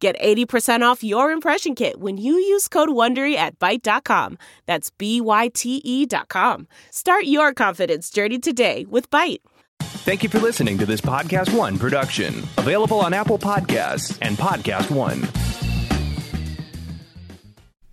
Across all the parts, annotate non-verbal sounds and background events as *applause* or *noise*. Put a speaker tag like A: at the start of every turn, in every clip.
A: Get 80% off your impression kit when you use code WONDERY at Byte.com. That's B-Y-T-E E dot com. Start your confidence journey today with Byte.
B: Thank you for listening to this Podcast One production, available on Apple Podcasts and Podcast One.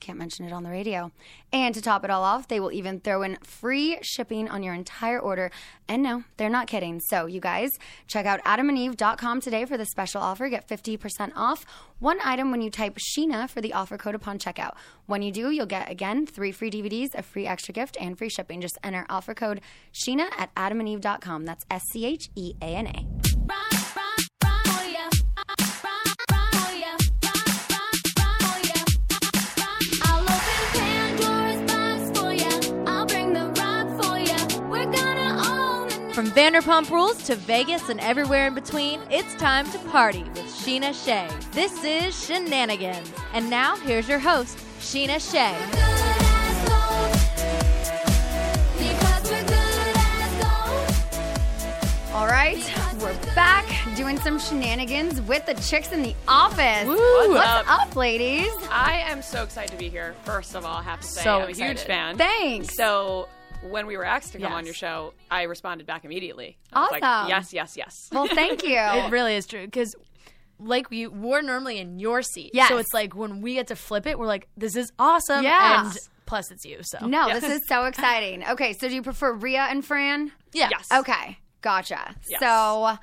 C: Can't mention it on the radio. And to top it all off, they will even throw in free shipping on your entire order. And no, they're not kidding. So, you guys, check out adamandeve.com today for the special offer. Get 50% off one item when you type Sheena for the offer code upon checkout. When you do, you'll get again three free DVDs, a free extra gift, and free shipping. Just enter offer code Sheena at adamandeve.com. That's S C H E A N A.
D: I'll open Pandora's box for ya. I'll bring the rock for ya. We're gonna own the
E: From Vanderpump Rules to Vegas and everywhere in between, it's time to party with Sheena Shea. This is Shenanigans. And now, here's your host, Sheena Shea.
D: good as gold. Because we're good as gold.
C: All right, we're back doing some shenanigans with the chicks in the office. What's up, ladies?
F: I am so excited to be here. First of all, I have to say,
E: So
F: I'm a huge
E: excited.
F: fan.
C: Thanks.
F: So when we were asked to come
E: Yes.
F: on your show, I responded back immediately. I was like,
C: Awesome.
F: yes, yes, yes.
C: Well, thank you.
E: It really is true because, like we we're normally in your seat,
C: Yes.
E: so it's like when we get to flip it, we're like, "This is awesome!"
C: Yeah.
E: and plus it's you. So
C: No, this is so exciting. Okay, so do you prefer Rhea and Fran?
E: yeah, Oh
F: Yes.
C: Okay, gotcha.
F: Yes.
C: So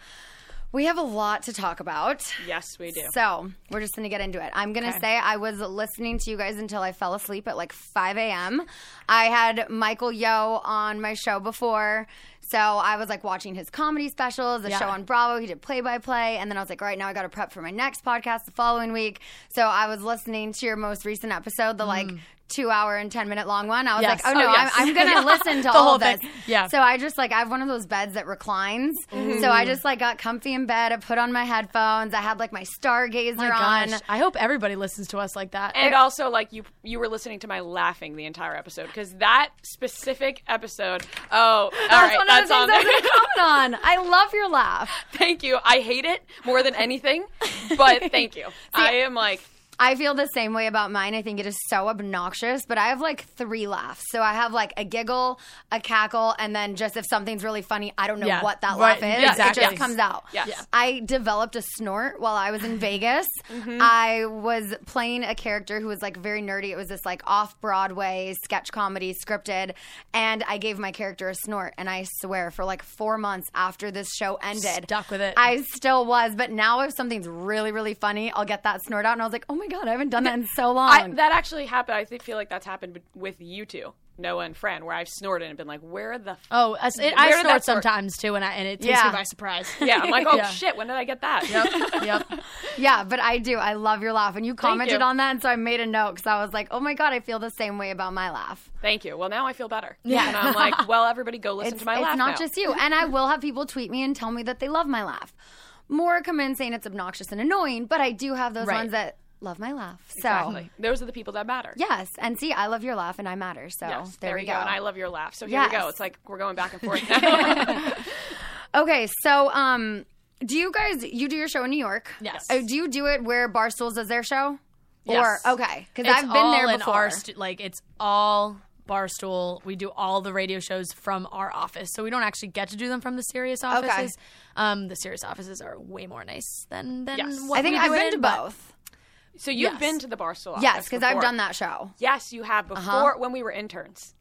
C: we have a lot to talk about.
F: Yes, we do.
C: So we're just gonna get into it. I'm gonna say I was listening to you guys until I fell asleep at like 5 a.m. I had Michael Yo on my show before, so I was like watching his comedy specials, the show on Bravo. He did play by play, and then I was like, all right, now I gotta prep for my next podcast the following week. So I was listening to your most recent episode, the like two hour and 10 minute long one. I was
E: Yes.
C: like, oh no,
E: Oh, yes.
C: I'm, I'm gonna listen to
E: The
C: all
E: whole
C: of this.
E: thing. Yeah.
C: So I just like I have one of those beds that reclines.
F: Mm-hmm.
C: So I just like got comfy in bed. I put on my headphones. I had like my stargazer
E: My gosh,
C: on.
E: I hope everybody listens to us like that.
F: and also, like you, you were listening to my laughing the entire episode because that specific episode. Oh, all
C: That's
F: right,
C: one
F: that's
C: of
F: on
C: the things I was *laughs* "Oh,
F: there.
C: gonna comment on. I love your laugh.
F: *laughs* thank you. I hate it more than anything,
C: *laughs*
F: but thank you. I am like,
C: I feel the same way about mine. I think it is so obnoxious, but I have like three laughs. So I have like a giggle, a cackle, and then just if something's really funny, I don't know
E: Yeah.
C: what that
E: Right.
C: laugh is.
E: Yeah,
C: It just
E: exactly.
C: comes out.
F: Yes. Yeah.
C: I developed a snort while I
E: *sighs*
C: was in Vegas.
E: Mm-hmm.
C: I was playing a character who was like very nerdy. It was this like off Broadway sketch comedy scripted, and I gave my character a snort. And I swear, for like four months after this show ended,
E: Stuck with it.
C: I still was, but now if something's really, really funny, I'll get that snort out, and I was like, "Oh my god, I haven't done that in so long."
F: I, that actually happened. I think- feel like that's happened with you two, Noah and Fran, where I've snorted and been like, where the f-
E: oh, us- it,
F: Where
E: I
F: did
E: snort
F: that sort-
E: sometimes too, and, I, and it takes
C: Yeah.
E: me by surprise.
F: yeah,
C: *laughs*
F: I'm like, oh
E: Yeah.
F: shit, when did I get that?
E: yep.
C: yeah, but I do. I love your laugh, and you commented
F: you.
C: on that, and so I made a note because I was like, "Oh my god, I feel the same way about my laugh."
F: Thank you. Well, now I feel better. Yeah. And I'm
C: *laughs*
F: like, well, everybody go listen
C: It's,
F: to my
C: it's
F: laugh.
C: not
F: now.
C: just
F: *laughs*
C: you, and I will have people tweet me and tell me that they love my laugh. More come in saying it's obnoxious and annoying, but I do have those
E: Right.
C: ones that love my laugh. So
F: Exactly. Those are the people that matter.
C: yes, and see, I love your laugh and I matter. So
F: Yes,
C: there,
F: there,
C: we
F: you go. And I love your laugh. So here we
C: Yes.
F: go. It's like we're going back
C: *laughs*
F: and forth now.
C: Okay, so um, do you guys you do your show in New York?
G: Yes.
C: Uh, do you do it where Barstools does their show?
G: Yes.
C: Or okay, because
G: It's
C: I've been
G: all
C: there
G: in
C: before.
G: Our stu- like it's all barstool. We do all the radio shows from our office, so we don't actually get to do them from the Sirius
C: Okay.
G: offices. Um, the Sirius offices are way more nice than than
F: Yes.
G: what
F: I think
G: we
F: I've
G: do it
F: been
G: in,
F: to
G: but-
F: both. So you've
G: Yes.
F: been to the Barstool?
C: yes, because I've
F: before.
C: done that show.
F: Yes, you have before
C: Uh-huh.
F: when we were interns.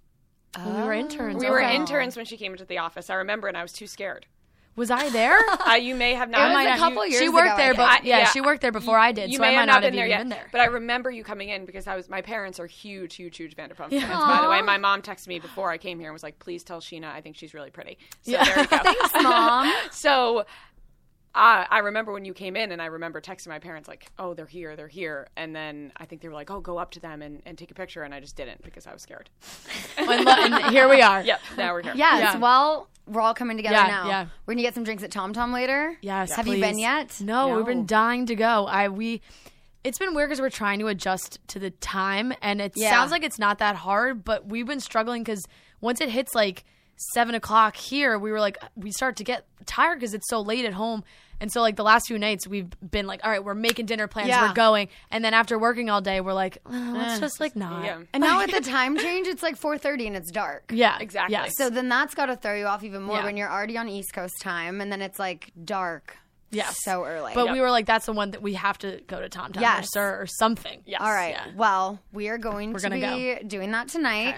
G: When we were interns.
F: We were
G: okay.
F: interns when she came into the office. I remember, and I was too scared.
G: Was I
C: *laughs*
G: there?
F: Uh, you may have not.
G: I might not- you- She worked there, but
F: I-
G: yeah, she worked there before I did,
F: You
G: so I
F: may
G: might
F: have
G: not
F: not
G: have
F: been
G: even
F: there yet.
G: been there.
F: But I remember you coming in because I was. My parents are huge, huge, huge Vanderpump
G: Yeah.
F: fans. By the way,
G: Aw.
F: my mom texted me before I came here and was like, "Please tell Sheena, I think she's really pretty." So
G: Yeah.
F: there you
G: *laughs*
F: go.
G: Thanks, Mom.
F: *laughs* so. uh, I I remember when you came in, and I remember texting my parents like, "Oh, they're here, they're here," and then I think they were like, "Oh, go up to them and, and take a picture," and I just didn't because I was scared. *laughs*
G: And lo- and here we are.
F: Yep, *laughs* now we're here.
C: Yes.
G: Yeah.
C: Well, we're all coming together
G: Yeah,
C: now.
G: yeah.
C: We're gonna get some drinks at Tom Tom later.
G: Yes.
C: Have you been
G: please.
C: yet?
G: No, we've been dying to go. I we it's been weird because we're trying to adjust to the time, and it
C: Yeah.
G: sounds like it's not that hard, but we've been struggling because once it hits like seven o'clock here, we were like uh, we start to get tired because it's so late at home, and so like the last few nights we've been like, all right, we're making dinner plans,
C: Yeah.
G: we're going, and then after working all day, we're like, oh, let's
C: Eh.
G: just like not,
F: Yeah.
C: And now with
G: *laughs*
C: the time change, it's like 4:30 and it's dark.
G: yeah,
F: Exactly.
G: yes.
C: So then that's got to throw you off even more
G: Yeah.
C: when you're already on East Coast time, and then it's like dark.
G: Yes.
C: So early.
G: But we were like, that's the one that we have to go to Tom Tom or
C: Yes.
G: Sir or something.
F: Yes.
C: All right. Well, we are going
G: We're
C: to
G: gonna
C: be doing that tonight.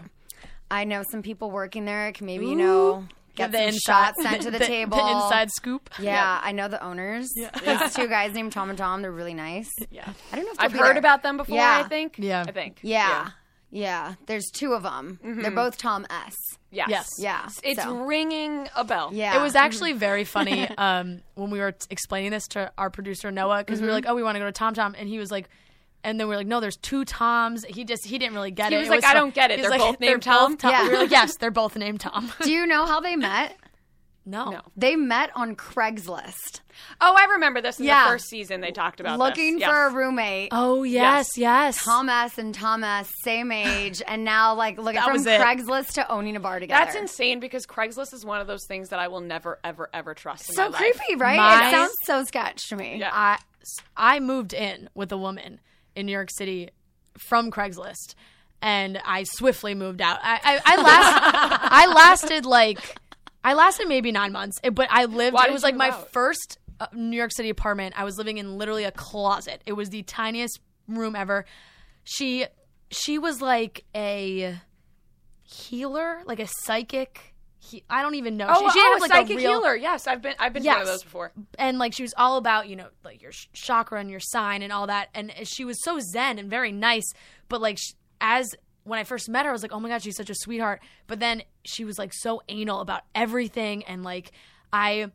C: I know some people working there. Can maybe you know get some shots
G: *laughs*
C: sent to the, table.
G: the inside scoop.
C: Yeah, I know the owners. *laughs* These two guys named Tom and Tom. They're really nice. Yeah. I don't know if
F: I've
C: they'll be
F: heard
C: there.
F: about them before.
C: Yeah.
F: I think.
G: Yeah.
F: I think.
C: Yeah. Yeah. There's two of them. They're both Tom S.
F: Yes.
G: Yes.
C: Yeah.
F: It's
C: so.
F: ringing a bell.
C: yeah. Mm-hmm.
G: It was actually
C: *laughs*
G: very funny um, when we were t- explaining this to our producer Noah because
C: Mm-hmm.
G: we were like, "Oh, we want to go to Tom Tom," and he was like, "And then we are like, no, there's two Toms." He just he didn't really get
F: He
G: it.
F: was
G: It
F: like, "I
G: fu-
F: don't get it.
G: he was
F: They're
G: like,
F: both named Tom?"
G: Tom.
C: Yeah.
G: We were
F: *laughs*
G: like, "Yes, they're both named Tom." *laughs*
C: Do you know how they met?
G: no.
F: No.
C: They met on Craigslist
F: Oh, I remember this in
C: Yeah.
F: the first season. They talked about
C: looking
F: this. Yes.
C: for a roommate.
G: Oh yes, yes.
C: Tom S and Tom S, same age, and now like look at
G: That
C: from
G: was it.
C: Craigslist to owning a bar together.
F: That's insane because Craigslist is one of those things that I will never, ever, ever trust. In
C: So
F: my
C: creepy,
F: Life.
C: right?
G: My-
C: It sounds so sketch to me.
F: Yeah.
G: I I moved in with a woman in New York City from Craigslist, and I swiftly moved out. I I, I last
F: *laughs*
G: I lasted like I lasted maybe nine months, eh, but I lived.
F: Why
G: it
F: did
G: was
F: you
G: like my
F: move out?
G: first uh, New York City apartment. I was living in literally a closet. It was the tiniest room ever. She she was like a healer, like a psychic. He, I don't even know.
F: Oh,
G: she, she
F: oh,
G: didn't
F: a
G: have like
F: psychic
G: a real,
F: healer. Yes, I've been, I've been to one of
G: Yes.
F: those before.
G: and like she was all about you know like your sh- chakra and your sign and all that and she was so zen and very nice but like sh- as when i first met her i was like oh my god she's such a sweetheart but then she was like so anal about everything and like i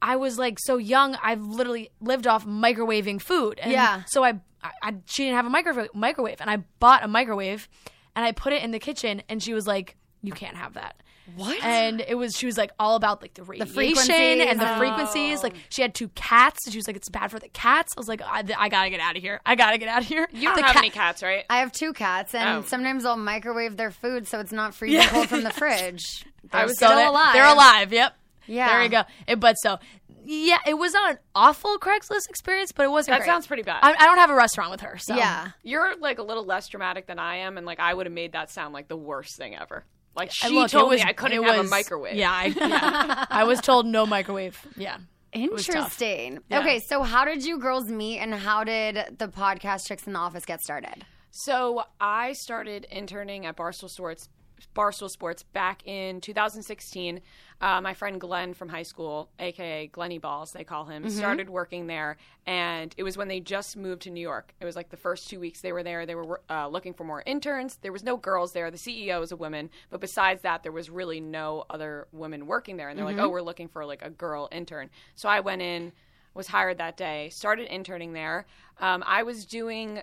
G: i was like so young i've literally lived off microwaving food and
C: Yeah.
G: so i, I, I she didn't have a microwave microwave and i bought a microwave and i put it in the kitchen and she was like you can't have that what? And it was she was like all about like the uh, radiation and the frequencies.
F: Oh.
G: Like she had two cats, and she was like, "It's bad for the cats." I was like, "I, I gotta get out of here! I gotta get out of here!"
F: You don't
G: The
F: have
G: cat-
F: any cats, right?
C: I have two cats, and
F: Oh.
C: sometimes I'll microwave their food so it's not freezing cold
G: *laughs*
C: from the fridge. They're
G: I was
C: still
G: so they're,
C: alive.
G: They're alive. Yep.
C: Yeah.
G: There you go. It, but so, yeah, it was not an awful Craigslist experience, but it wasn't.
F: That
G: great.
F: sounds pretty bad.
G: I, I don't have a restaurant with her, so
C: Yeah.
F: You're like a little less dramatic than I am, and like I would have made that sound like the worst thing ever.
C: Uh,
F: Like she
G: And look,
F: told
G: it was,
F: me I couldn't
G: it
F: have
G: was-
F: a microwave.
G: Yeah, I, yeah.
F: *laughs*
G: I *laughs* was told no microwave. Yeah. was tough.
C: Interesting. Okay, so how did you girls meet, and how did the podcast Chicks in the Office get started?
F: So I started interning at Barstool Sports, Barstool Sports back in 2016. Uh, my friend Glenn from high school, aka Glenny Balls, they call him, started working there, and it was when they just moved to New York. It was like the first two weeks they were there. They were uh, looking for more interns. There was no girls there. The CEO was a woman, but besides that, there was really no other women working there. And they're like, "Oh, we're looking for like a girl intern." So I went in. Was hired that day, started interning there. Um, I was doing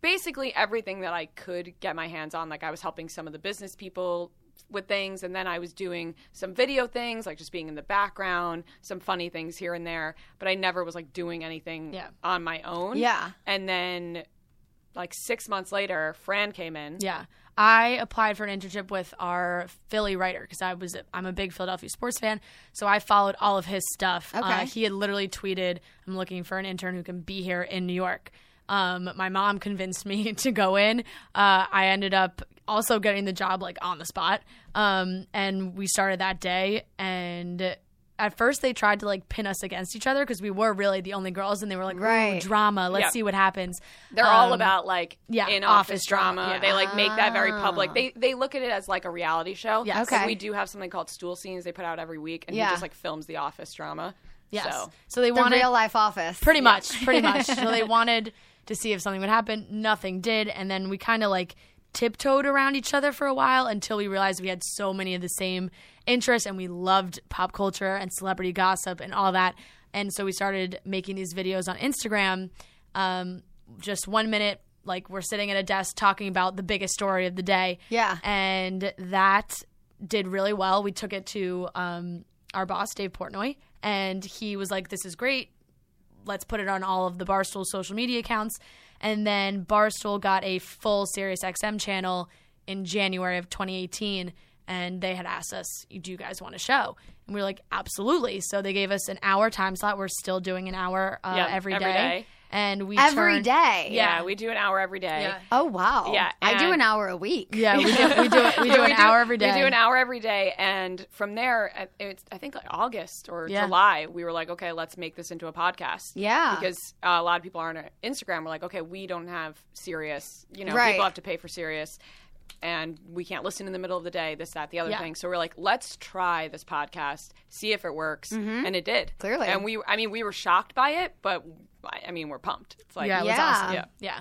F: basically everything that I could get my hands on. Like I was helping some of the business people with things and then I was doing some video things like just being in the background, some funny things here and there, but I never was like doing anything
G: Yeah.
F: on my own.
G: Yeah.
F: And then like 6 months later, Fran came in.
G: Yeah. I applied for an internship with our Philly writer because I was I'm a big Philadelphia sports fan, so I followed all of his stuff. Uh,
H: Okay.
G: he had literally tweeted, "I'm looking for an intern who can be here in New York." Um, my mom convinced me *laughs* to go in. Uh, I ended up also getting the job like on the spot, um, and we started that day. And at first, they tried to like pin us against each other because we were really the only girls, and they were like, "Ooh, drama. Let's
F: Yeah.
G: see what happens."
F: They're all
G: Um,
F: about like
G: yeah,
F: in office
G: office
F: drama.
G: drama, yeah.
F: They like make that very
G: Ah.
F: public. They they look at it as like a reality show.
G: Yes.
F: So
G: Okay.
F: We do have something called Stool Scenes. They put out every week, and
G: Yeah.
F: he just like films the office drama.
G: Yes.
F: So,
G: So, they wanted
C: real life office.
G: *laughs* Pretty much, pretty much. so they wanted to see if something would happen. Nothing did, and then we kind of like tiptoed around each other for a while until we realized we had so many of the same interests and we loved pop culture and celebrity gossip and all that. And so we started making these videos on Instagram. Um, just one minute, like we're sitting at a desk talking about the biggest story of the day. Yeah. And that did really well. We took it to um, our boss, Dave Portnoy, and he was like, This is great. Let's put it on all of the Barstool social media accounts. And then Barstool got a full Sirius XM channel in January of 2018. And they had asked us, Do you guys want a show? And we were like, Absolutely. So they gave us an hour time slot. We're still doing an hour uh,
F: Yeah,
G: every day.
F: every day.
G: And we
C: Every
G: turn-
C: day?
F: yeah, we do an hour every day.
G: Yeah.
C: Oh wow.
F: Yeah,
C: I do
F: and-
C: an hour a week.
G: Yeah, we do. We do. We do
F: *laughs* Yeah,
G: an hour every day.
F: We do an hour every day, and from there, uh, it's, I think like August or
G: Yeah.
F: July, we were like, okay, let's make this into a podcast.
G: Yeah.
F: because uh, a lot of people aren't on Instagram. We're like, okay, we don't have serious. You know,
G: Right.
F: people have to pay for serious. And we can't listen in the middle of the day, this, that, the other
G: Yeah.
F: thing. So we're like, let's try this podcast, see if it works,
G: Mhm.
F: and it did
G: Clearly.
F: And we, I mean, we were shocked by it, but I I mean, we're pumped. It's like,
C: Yeah, it was awesome.
F: yeah.
G: Yeah.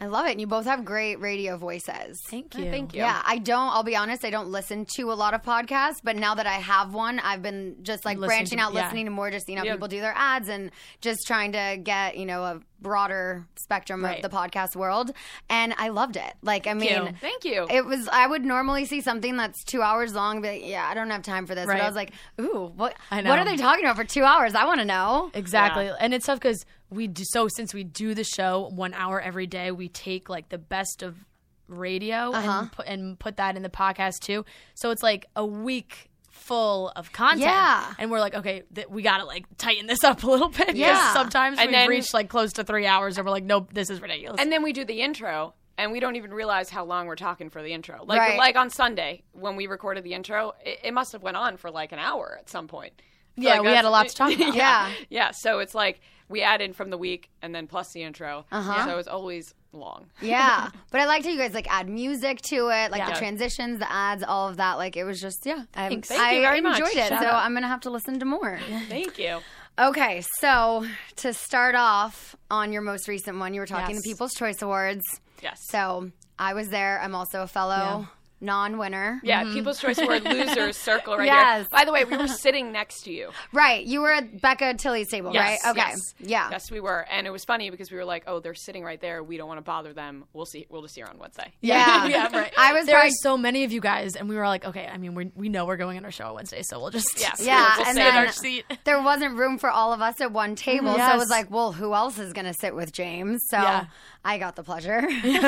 C: I love it. And you both have great radio voices. Thank
F: you. Thank you.
C: Yeah, I don't, I'll be honest, I don't listen to a lot of podcasts, but now that I have one, I've been just like
G: Listening
C: branching
G: to-
C: out,
G: yeah.
C: listening to more, just, you know,
G: Yeah.
C: people do their ads and just trying to get, you know, a broader spectrum
G: Right.
C: of the podcast world. And I loved it. Like, I
F: Thank you.
C: mean,
F: Thank you.
C: It was, I would normally see something that's two hours long, and be like, yeah, I don't have time for this. But
G: Right.
C: I was like, ooh, what,
G: I
C: what
G: know.
C: are they talking about for two hours? I want to know.
G: Exactly. And it's tough because we do so since we do the show one hour every day, we take like the best of radio
C: Uh-huh.
G: and, put, and put that in the podcast too. So it's like a week full of content.
C: Yeah.
G: And we're like, okay, th- we got to like tighten this up a little bit. 'cause
F: Yeah.
G: Sometimes
F: And
G: we've
F: then-
G: reached like close to three hours and we're like, nope, this is ridiculous.
F: And then we do the intro, and we don't even realize how long we're talking for the intro. Like
G: Right.
F: like on Sunday when we recorded the intro, it, it must have went on for like an hour at some point. I feel
G: Yeah,
F: like
G: we had a
F: that's-
G: lot to
F: *laughs*
G: talk about.
F: yeah,
G: Yeah.
F: yeah. So it's like we add in from the week and then plus the intro.
C: Uh-huh.
F: So it's always long.
C: yeah, *laughs* but I liked how you guys like add music to it, like
F: Yeah.
C: the transitions, the ads, all of that. Like it was just yeah. I,
F: Thanks.
C: I
F: Thank you very much.
C: enjoyed it,
F: Shout
C: so
F: out.
C: I'm gonna have to listen to more.
F: Thank you.
C: Okay, so to start off on your most recent one, you were talking
F: Yes.
C: to People's Choice Awards.
F: Yes.
C: So I was there. I'm also a fellow non-winner.
F: Yeah,
G: mm-hmm.
F: People's
G: *laughs*
F: Choice Award losers circle right
C: yes.
F: here. By the way, we were sitting next to
G: *laughs*
F: you.
C: Right, you were at Becca Tilly's table,
F: Yes,
C: right? Okay.
F: yes.
C: Yeah.
F: Yes, we were, and it was funny because we were like, "Oh, they're sitting right there. We don't want to bother them. We'll see. We'll just see her on Wednesday."
G: *laughs*
F: *laughs*
G: yeah, right.
C: I was
G: there
C: probably-
G: are so many of you guys, and we were like, okay, I mean, we we know we're going on our show on Wednesday, so we'll just
C: Yeah,
G: we'll
C: and
G: sit in our
C: then
G: seat.
C: there wasn't room for all of us at one table, so I
G: Mm-hmm. Yes.
C: was like, "Well, who else is going to sit with James?" So
G: Yeah.
C: I got the
G: *laughs*
C: pleasure,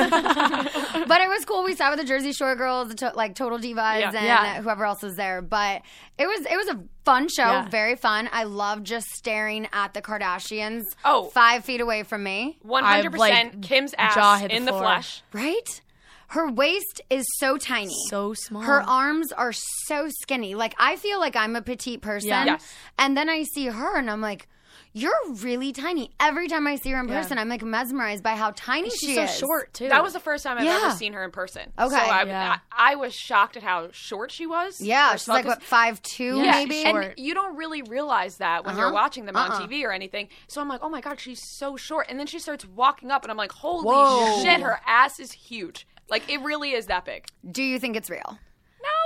C: but it was cool. We sat with the Jersey Shore girls, the to- like Total Divas,
G: Yeah.
C: and
G: Yeah.
C: whoever else was there. But it was it was a fun show,
G: Yeah.
C: very fun. I love just staring at the Kardashians.
F: Oh.
C: five feet away from me,
F: One hundred percent. Kim's ass
G: jaw hit the
F: in the
G: floor.
F: flesh.
C: right? Her waist is so tiny.
G: *laughs* So small.
C: Her arms are so skinny. Like I feel like I'm a petite person.
G: Yeah. Yes.
C: And then I see her and I'm like, you're really tiny. Every time I see her in
F: Yeah.
C: person, I'm like mesmerized by how tiny
G: And she's
C: she
G: so
C: is.
G: short, too.
F: That was the first time I've
C: Yeah.
F: ever seen her in person.
C: Okay.
F: so I,
C: Yeah.
F: I, I was shocked at how short she was.
C: Yeah,
F: Her
C: she's like
F: small-
C: what five two
F: Yeah,
C: maybe.
F: and you don't really realize that when you're
C: Uh-huh.
F: watching them
C: Uh-uh.
F: on TV or anything. So I'm like, oh my god, she's so short. And then she starts walking up, and I'm like, holy
C: Whoa.
F: shit, her ass is huge. Like it really is that big.
C: Do you think it's real?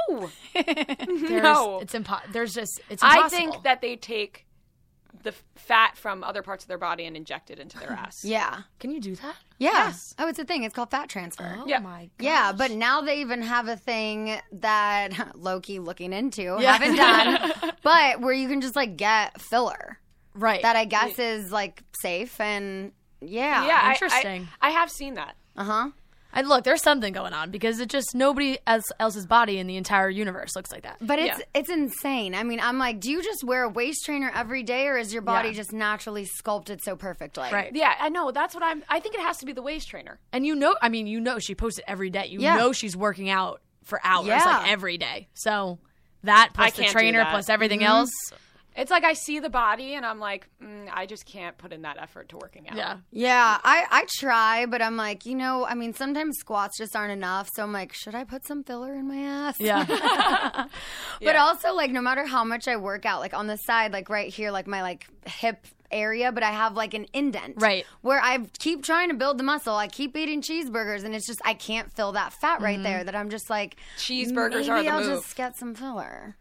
F: No,
C: *laughs*
G: There's-
F: no,
G: it's impossible. There's just it's
F: I
G: impossible.
F: think that they take the f- fat from other parts of their body and inject it
C: *laughs*
F: into their ass.
C: Yeah.
G: Can you do that?
C: Yeah. Oh, it's a thing. It's called fat transfer.
G: Oh,
F: Yeah. my
C: Yeah, but now they even have a thing that *laughs* Loki looking into
G: Yeah.
C: haven't done,
G: *laughs*
C: but where you can just like get filler.
G: Right.
C: That I guess is like safe and yeah.
F: Yeah, I- I-
G: Interesting.
F: I, have seen that.
C: Uh huh.
G: I look, there's something going on because it just nobody else, else's body in the entire universe looks like that.
C: But it's it's insane. I mean, I'm like, do you just wear a waist trainer every day or is your body just naturally sculpted so perfectly?
F: Yeah, I know. That's what I'm. I think it has to be the waist trainer.
G: And you know, I mean, you know, she posts it every day. You
F: Yeah.
G: know, she's working out for hours,
F: Yeah.
G: like every day. So that plus
F: I
G: the
F: can't do
G: trainer
F: that.
G: plus everything
F: Mhm.
G: else.
F: It's like I see the body and I'm like, mm, I just can't put in that effort to working out.
G: Yeah.
C: Yeah, I, I try, but I'm like, you know, I mean, sometimes squats just aren't enough. So I'm like, should I put some filler in my ass?
G: *laughs*
C: *laughs*
G: Yeah.
C: But also, like, no matter how much I work out, like on the side, like right here, like my like hip area, but I have like an indent,
G: Right.
C: Where I keep trying to build the muscle. I keep eating cheeseburgers, and it's just I can't fill that fat right
F: Mhm.
C: there. That I'm just like,
F: Cheeseburgers
C: maybe
F: are the
C: I'll
F: move.
C: just get some filler.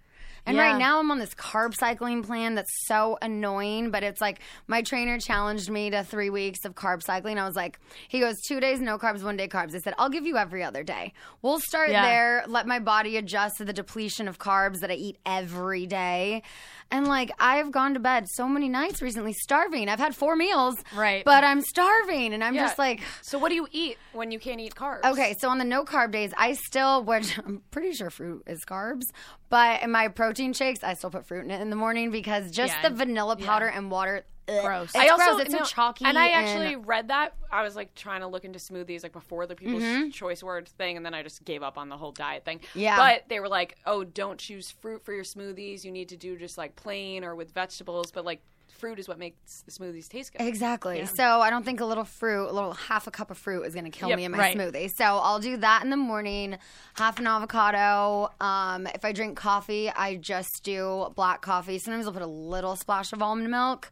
C: And
F: Yeah.
C: right now I'm on this carb cycling plan that's so annoying, but it's like my trainer challenged me to three weeks of carb cycling. I was like, he goes, two days no carbs, one day carbs. I said, I'll give you every other day. We'll start
G: Yeah.
C: there, let my body adjust to the depletion of carbs that I eat every day. And like I've gone to bed so many nights recently starving. I've had four meals,
G: right?
C: But I'm starving, and I'm
F: Yeah.
C: just like,
F: So what do you eat when you can't eat carbs?
C: Okay, so on the no carb days, I still, which *laughs* I'm pretty sure fruit is carbs, but in my protein shakes, I still put fruit in it in the morning because just
F: Yeah,
C: the vanilla powder and water. ugh. It's
F: I also
C: gross. It's so
F: no,
C: chalky.
F: And I actually read that. I was like trying to look into smoothies like before the people's
C: Mhm.
F: choice words thing, and then I just gave up on the whole diet thing.
C: Yeah.
F: But they were like, oh, don't choose fruit for your smoothies. You need to do just like plain or with vegetables. But like fruit is what makes the smoothies taste good.
C: Exactly.
F: Yeah.
C: So I don't think a little fruit, a little half a cup of fruit is going to kill
F: Yep,
C: me in my
F: right.
C: smoothie. So I'll do that in the morning, half an avocado. Um, if I drink coffee, I just do black coffee. Sometimes I'll put a little splash of almond milk.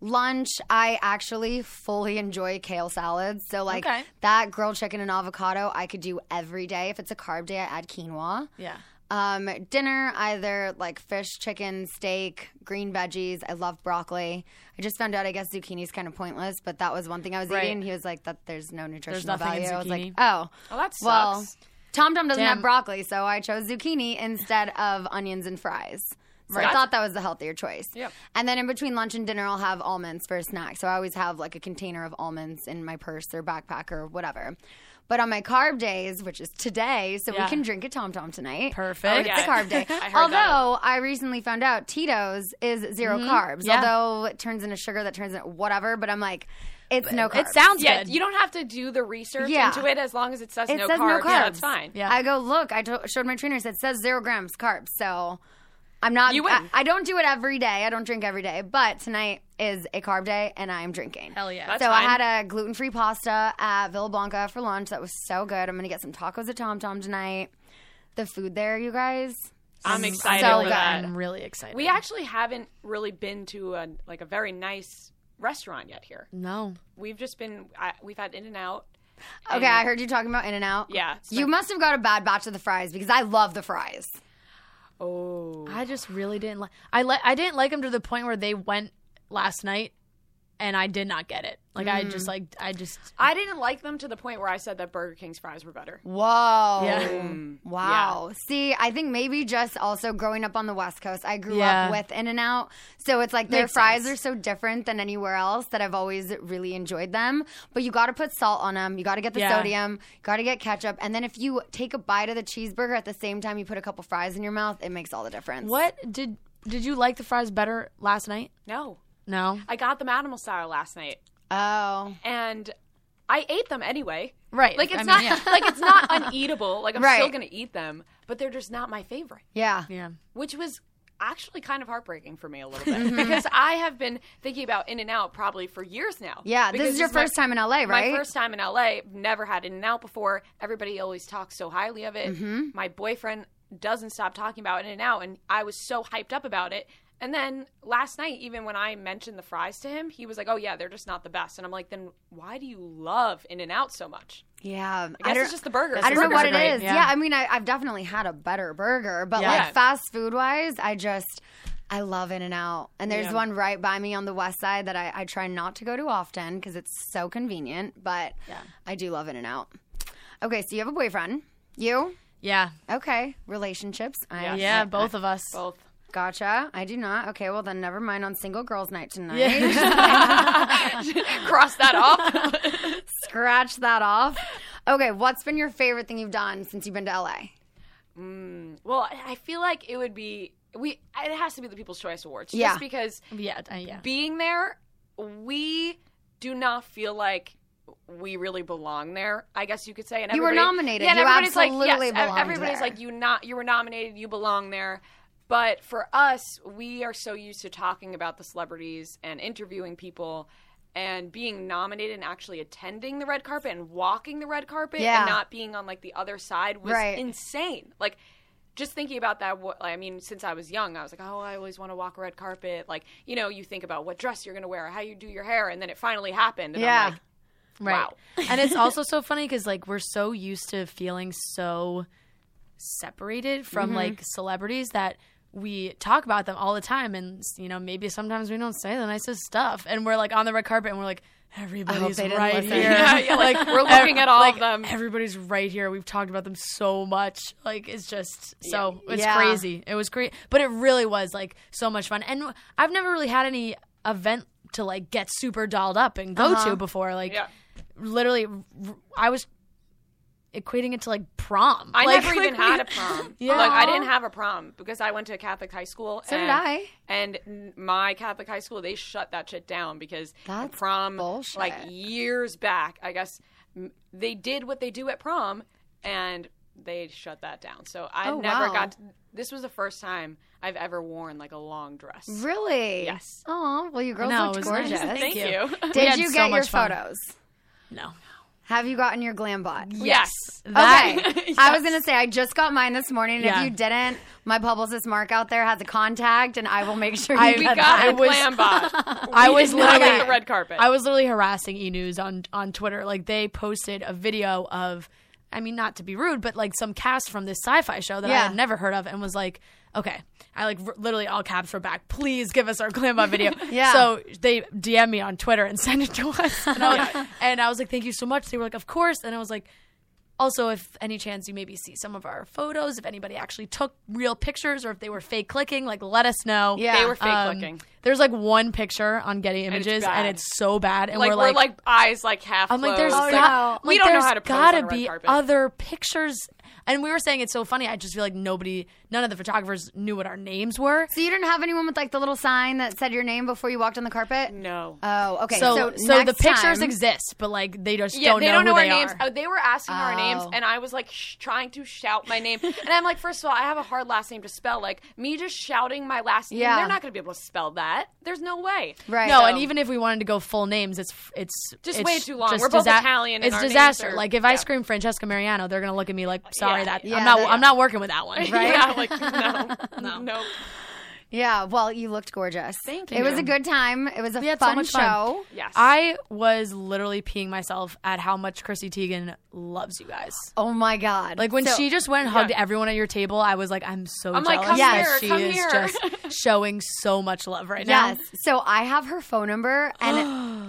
C: Lunch, I actually fully enjoy kale salads. So like
G: Okay.
C: that grilled chicken and avocado, I could do every day. If it's a carb day, I add quinoa.
G: Yeah.
C: Um, dinner, either like fish, chicken, steak, green veggies. I love broccoli. I just found out, I guess zucchini's kind of pointless, but that was one thing I was
G: Right.
C: eating. He was like, "That there's no nutritional
G: nothing
C: value."
G: in
C: I was like,
G: zucchini.
C: "Oh,
F: Oh, that
C: well."
F: sucks.
C: Tom Tom doesn't
G: Damn.
C: have broccoli, so I chose zucchini instead of onions and fries. So
G: Right.
C: I thought that was the healthier choice.
G: Yep.
C: And then in between lunch and dinner, I'll have almonds for a snack. So I always have like a container of almonds in my purse or backpack or whatever. But on my carb days, which is today, so
G: Yeah.
C: we can drink a Tom Tom tonight.
G: Perfect.
C: Oh, it's
G: Yeah.
C: a carb
F: *laughs*
C: day.
G: I heard that.
C: Although I recently found out Tito's is 0
G: Mhm.
C: carbs.
G: Yeah.
C: Although it turns into sugar, that turns into whatever. But I'm like, it's no carbs.
F: yeah, You don't have to do the research
C: Yeah.
F: into it as long as it says
C: It
F: no
C: says
F: carbs.
C: no carbs.
F: Yeah, that's fine.
C: I go look. I to- showed my trainer. it Said it says zero grams carbs. So I'm not.
F: You win.
C: I, I don't do it every day. I don't drink every day. But tonight is a carb day, and I am drinking. Hell
G: yeah.
F: That's
C: so I
F: fine.
C: had a gluten free pasta at Villa Blanca for lunch. That was so good. I'm gonna get some tacos at Tom Tom tonight. The food there, you guys.
F: I'm
C: so
F: excited for
C: good.
F: that.
G: I'm really excited.
F: We actually haven't really been to a like a very nice restaurant yet here.
G: No.
F: We've just been I, we've had In and Out.
C: Okay, I heard you talking about In and Out.
F: Yeah, it's
C: You must have got a bad batch of the fries because I love the fries.
F: Oh.
G: I just really didn't like. I li- I didn't like them to the point where they went last night, and I did not get it. Like I just
F: Mm.
G: like I just.
F: I didn't like them to the point where I said that Burger King's fries were better. Um,
C: Whoa.
F: Yeah.
C: Wow. See, I think maybe just also growing up on the West Coast, I grew
G: Yeah.
C: up with In N Out. So it's like their
G: Makes
C: fries
G: sense.
C: are so different than anywhere else that I've always really enjoyed them. But you got to put salt on them. You got to get the
G: Yeah.
C: sodium. You got to get ketchup. And then if you take a bite of the cheeseburger at the same time you put a couple fries in your mouth, it makes all the difference.
G: What did did you like the fries better last night?
F: No.
G: No.
F: I got them animal style last night.
C: Oh.
F: And I ate them anyway.
G: Right.
F: Like it's
G: I mean,
F: not
G: yeah.
F: *laughs* like it's not uneatable. Like I'm still
G: Right.
F: gonna eat them, but they're just not my favorite.
C: Yeah.
G: Yeah.
F: Which was actually kind of heartbreaking for me a little bit
C: Mm-hmm.
F: because I have been thinking about In and Out probably for years now.
C: Yeah, this
F: Because
C: is your
F: my-
C: first time in LA, right?
F: My first time in LA. Never had In and Out before. Everybody always talks so highly of it.
C: Mhm.
F: My boyfriend doesn't stop talking about In and Out, and I was so hyped up about it. And then last night, even when I mentioned the fries to him, he was like, "Oh yeah, they're just not the best." And I'm like, "Then why do you love In and Out so much?"
C: Yeah,
F: I guess it's just the burgers.
C: I don't know
F: Burgers
C: what
F: are
C: it
F: great,
C: is.
F: yeah.
C: Yeah, I mean, I, I've definitely had a better burger, but
F: Yeah.
C: like fast food wise, I just I love In and Out. And there's
H: Yeah.
C: one right by me on the west side that I, I try not to go to often because it's so convenient, but I do love In and Out. Okay, so you have a boyfriend. You?
G: Yeah.
C: Okay. Relationships.
G: Yeah. Yeah, both of us.
F: Both.
C: Gotcha. I do not. Okay, well then never mind on single girls night tonight.
F: *laughs* Cross that off.
C: *laughs* Scratch that off. Okay, what's been your favorite thing you've done since you've been to LA?
F: Mm, well, I- I feel like it would be we. It has to be the People's Choice Awards, just
C: Yeah.
F: because
G: yeah, uh, yeah.
F: being there, we do not feel like we really belong there. I guess you could say. And
C: You were
F: everybody-
C: nominated.
F: Yeah, and
C: You
F: everybody's like, yes,
C: absolutely
F: ev-
C: belonged
F: everybody's
C: there.
F: like, you not. You were nominated. You belong there. But for us, we are so used to talking about the celebrities and interviewing people. And being nominated and actually attending the red carpet and walking the red carpet
C: Yeah.
F: and not being on like the other side was
C: Right.
F: insane. Like just thinking about that what i mean since i was young i was like oh i always want to walk a red carpet like you know you think about what dress you're going to wear how you do your hair and then it finally happened and i'm like
G: Right.
F: wow. *laughs*
G: and it's also so funny because like we're so used to feeling so separated from
F: Mhm.
G: like celebrities that we talk about them all the time and you know maybe sometimes we don't say the nicest stuff and we're like on the red carpet and we're like everybody's
F: they didn't
G: right
F: listen."
G: here
F: *laughs* Yeah, yeah,
G: *laughs*
F: like, we're looking at all of
G: like, them everybody's right here we've talked about them so much like it's just so
H: Yeah.
G: it's
H: Yeah.
G: crazy it was great but it really was like so much fun and i've never really had any event to like get super dolled up and go
H: Uh-huh.
G: to before like literally r- I was equating it to like prom.
F: I
G: Like- *laughs*
F: never even had a prom.
G: Yeah.
F: Like I didn't have a prom because I went to a Catholic high school.
G: So did
F: and-
G: I.
F: And n- my Catholic high school, they shut that shit down because the prom, like years back, I guess m- they did what they do at prom, and they shut that down. So I
C: Oh,
F: never
C: wow.
F: got. To, this was the first time I've ever worn like a long dress.
C: Really?
F: Yes.
C: Oh, well, you girls
F: know,
C: looked
F: it was
C: gorgeous.
F: nice. *laughs* Thank Thank you. *laughs* you. We
C: Did
F: had
C: you
F: so
C: get your
F: much fun.
C: photos?
G: No.
C: Have you gotten your glam bot?
F: Yes.
C: Okay.
F: That- *laughs*
G: *laughs*
C: I was going to say, I just got mine this morning. And
G: Yeah.
C: if you didn't, my publicist Mark out there has a contact and I will make sure
G: I-
C: you
G: We
C: get
G: got
C: that.
G: a glam bot. *laughs* I was literally
F: carpet.
G: I was literally harassing E News on on Twitter. Like they posted a video of, I mean, not to be rude, but like some cast from this sci-fi show that I
H: Yeah.
G: had never heard of, and was like, okay, I like r- literally all caps were back. Please give us our glam up video.
H: *laughs* Yeah.
G: So they DM me on Twitter and *laughs* send it to us, and I, was, and I was like, thank you so much. They were like, of course, and I was like. Also, if any chance you maybe see some of our photos, if anybody actually took real pictures or if they were fake clicking, like let us know.
F: Yeah. They were fake
G: um,
F: clicking.
G: Mm. There's like one picture on Getty
F: And it's
G: Images, and it's,
F: bad.
G: so bad. And
F: like
G: we're like,
F: eyes like half.
G: I'm like, there's
F: closed.
G: got-
F: Like,
G: I'm
F: we
G: like,
F: don't know
G: there's
F: how to pose
G: gotta
F: on a red
G: be
F: carpet.
G: other pictures. And we were saying it's so funny. I just feel like nobody, none of the photographers knew what our names were.
C: So you didn't have anyone with like the little sign that said your name before you walked on the carpet?
F: No.
G: Uh,
C: Oh, okay.
G: So,
C: So,
G: so, the
C: next
G: pictures
C: time-
G: exist, but like they just
F: Yeah,
G: don't
F: they
G: know
F: don't know
G: who
F: our
G: they
F: names.
G: are.
F: Oh, they were asking our names,
G: Oh.
F: and I was like sh- trying to shout my name. *laughs* and I'm like, first of all, I have a hard last name to spell. Like me just shouting my last name,
G: Yeah.
F: they're not going to be able to spell that. There's no way.
G: No,
F: So-
G: and even if we wanted to go full names, it's it's
F: Just
G: it's
F: way too long.
G: just
F: We're both
G: disa-
F: Italian and
G: It's
F: our names
G: disaster.
F: are-
G: like if I scream Francesca Mariano, they're gonna look at me like, sorry,
C: Yeah.
G: that
C: Yeah,
G: I'm not
C: that-
G: I'm not working with that
F: *laughs*
G: one, *laughs* right?
C: Yeah,
F: like no, no, no.
C: Yeah, well, you looked gorgeous. Thank It was
G: you.
C: a good time. It was a
G: We had so
C: fun
G: much
C: show.
G: fun. I was literally peeing myself at how much Chrissy Teigen loves you guys.
C: Oh my god!
G: Like when
C: So-
G: she just went and hugged
C: Yeah.
G: everyone at your table, I was like, I'm so
C: I'm like,
G: jealous
C: "Come
G: that
C: here,
G: she
C: come
G: is
C: here." *laughs*
G: just showing so much love right
C: yes.
G: now.
C: So I have her phone number, and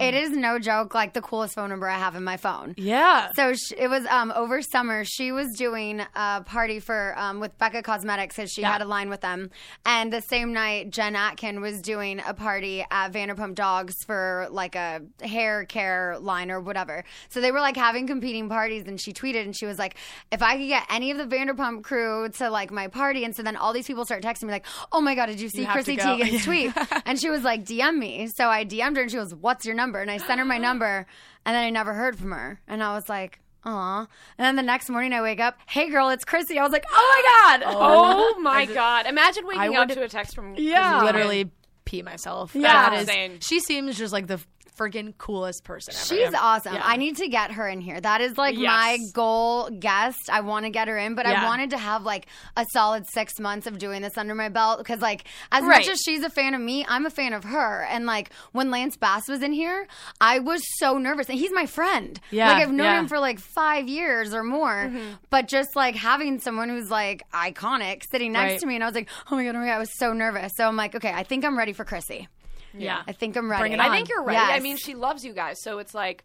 H: *gasps*
C: it, it is no joke, like the coolest phone number I have in my phone.
G: Yeah.
C: So sh it was um over summer. She was doing a party for um with Becca Cosmetics because she
H: Yeah.
C: had a line with them, and the same night Jen Atkin was doing a party at Vanderpump Dogs for like a hair care line or whatever. So they were like having competing parties, and she tweeted and she was like, "If I could get any of the Vanderpump crew to like my party," and so then all these people start texting me like, "Oh my god, did you see
H: You have to
C: Chrissy
H: go." *laughs*
C: Teigen's tweet?" and she was like, "DM me." So I DM'd her, and she was, "What's your number?" And I sent her my number, and then I never heard from her, and I was like. Aw. And then the next morning I wake up, hey girl, it's Chrissy. I was like, oh my God.
F: Oh, my god! Imagine waking
C: I
F: up
C: would-
F: to a text from
C: Yeah.
G: Literally pee myself.
C: Yeah.
G: That is,
F: Insane.
G: she seems just like the freaking coolest person ever.
C: She's awesome.
G: Yeah.
C: I need to get her in here. That is like
G: Yes.
C: my goal guest. I want to get her in, but I
G: Yeah.
C: wanted to have like a solid six months of doing this under my belt because, like, as much
G: Right.
C: as she's a fan of me, I'm a fan of her. And like when Lance Bass was in here, I was so nervous, and he's my friend.
G: Yeah,
C: like I've known
G: yeah. Mm-hmm.
C: him for like five years or more. But just like having someone who's like iconic sitting next
G: Right.
C: to me, and I was like, oh my god, oh my god, I was so nervous. So I'm like, okay, I think I'm ready for Chrissy.
F: Yeah.
C: I think I'm ready.
F: I think you're right. I
C: Yes.
F: mean, she loves you guys, so it's like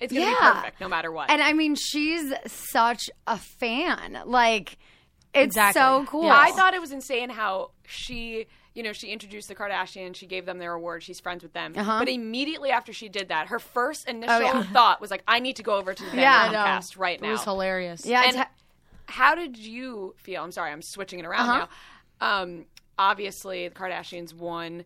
F: it's gonna
C: Yeah.
F: be perfect no matter what.
C: And I mean, she's such a fan. Like, it's
F: Exactly.
C: so cool.
F: I thought it was insane how she, you know, she introduced the Kardashians, she gave them their award, she's friends with them.
C: Uh-huh. Oh,
F: But immediately after she did that, her first initial
C: yeah. *laughs*
F: thought was like, "I need to go over to the
C: Yeah,
F: yeah,
C: I know.
F: cast right now."
G: It was hilarious.
C: Yeah,
F: And
C: it's-
F: how did you feel? I'm sorry, I'm switching it around
C: Uh-huh.
F: now. Um, obviously, the Kardashians won.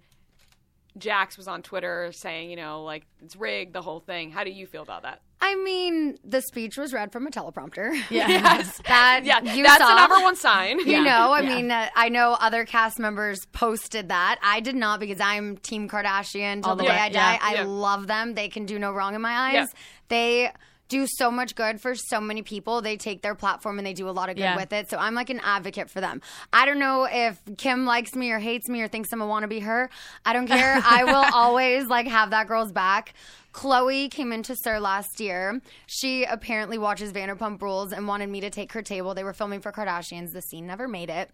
F: Jax was on Twitter saying, you know, like it's rigged, the whole thing. How do you feel about that?
C: I mean, the speech was read from a teleprompter.
G: Yeah.
F: *laughs* Yes.
C: that
F: Yeah,
C: you
F: that's
C: saw.
F: the number one sign.
C: *laughs* You know, I mean, uh, I know other cast members posted that. I did not because I'm Team Kardashian till
G: All
C: the
G: the
C: day
G: way,
C: I die.
G: yeah.
C: I
F: Yeah.
C: love them. They can do no wrong in my eyes.
F: Yeah.
C: They do so much good for so many people. They take their platform and they do a lot of good
G: Yeah.
C: with it. So I'm like an advocate for them. I don't know if Kim likes me or hates me or thinks I'm a wannabe her. I don't
G: *laughs*
C: care. I will always like have that girl's back. Chloe came into Sir last year. She apparently watches Vanderpump Rules and wanted me to take her table. They were filming for Kardashians. The scene never made it.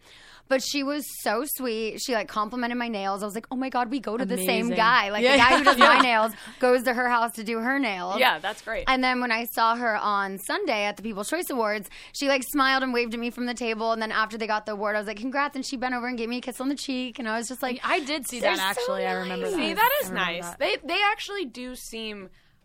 C: But she was so sweet. She like complimented my nails. I was like, oh my God, we go to the same
G: Amazing.
C: guy. Like
G: Yeah,
C: the guy
G: yeah.
C: who does my nails goes to her house to do her nails.
F: Yeah, that's great.
C: And then when I saw her on Sunday at the People's Choice Awards, she like smiled and waved at me from the table. And then after they got the award, I was like, congrats. And she bent over and gave me a kiss on the cheek. And I was just like,
G: I did see
C: They're
G: that
C: so
G: actually. I remember that.
F: See, that
G: I
F: is
G: remember
F: nice.
C: *laughs*
G: that.
F: They they actually do seem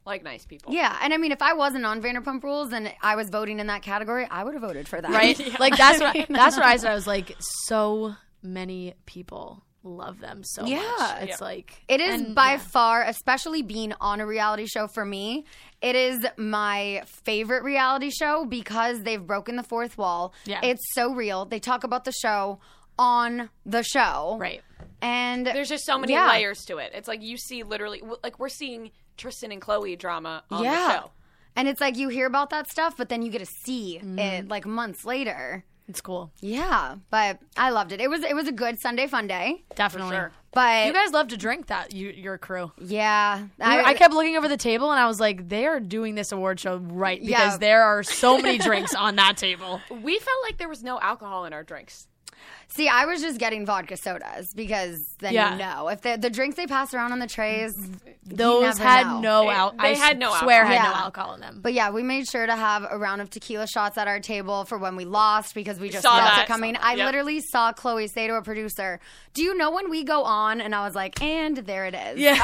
F: like nice people.
C: yeah. And I mean, if I wasn't on Vanderpump Rules and I was voting in that category, I would have voted for that.
G: right? *laughs* Like that's what I, that's what I said. I was like, so many people love them so
C: Yeah.
G: much. It's like
C: It is
G: and-
C: by
G: yeah.
C: far, especially being on a reality show for me, it is my favorite reality show because they've broken the fourth wall.
G: Yeah.
C: It's so real. They talk about the show on the show.
G: right.
C: And
F: There's just so many
C: Yeah.
F: layers to it. It's like you see literally w- like we're seeing Tristan and Chloe drama on the
C: Yeah.
F: show.
C: And it's like you hear about that stuff, but then you get to see it
F: Mm.
C: like months later.
G: It's cool,
C: Yeah. But I loved it. It was it was a good Sunday fun day.
G: definitely.
F: sure.
C: But
G: You guys love to drink that you, your crew.
C: yeah.
G: We were- I, kept looking over the table and I was like, they are doing this award show right because
C: Yeah.
G: there are so many drinks on that table.
F: We felt like there was no alcohol in our drinks.
G: *laughs*
C: See, I was just getting vodka sodas because then
G: Yeah.
C: you know if the the drinks they pass around on the trays.
F: Mm-hmm.
G: Those
C: never
G: had
C: know.
G: no
F: They-
G: alcohol.
F: they had no
G: swear
F: alcohol.
G: had no
C: Yeah.
G: alcohol in them.
C: But yeah, we made sure to have a round of tequila shots at our table for when we lost because we just
F: Saw
C: felt
F: that.
C: it coming.
F: Saw that.
C: I
F: Yep.
C: literally saw Chloe say to a producer, "Do you know when we go on?" And I was like, "And there it is."
G: yeah.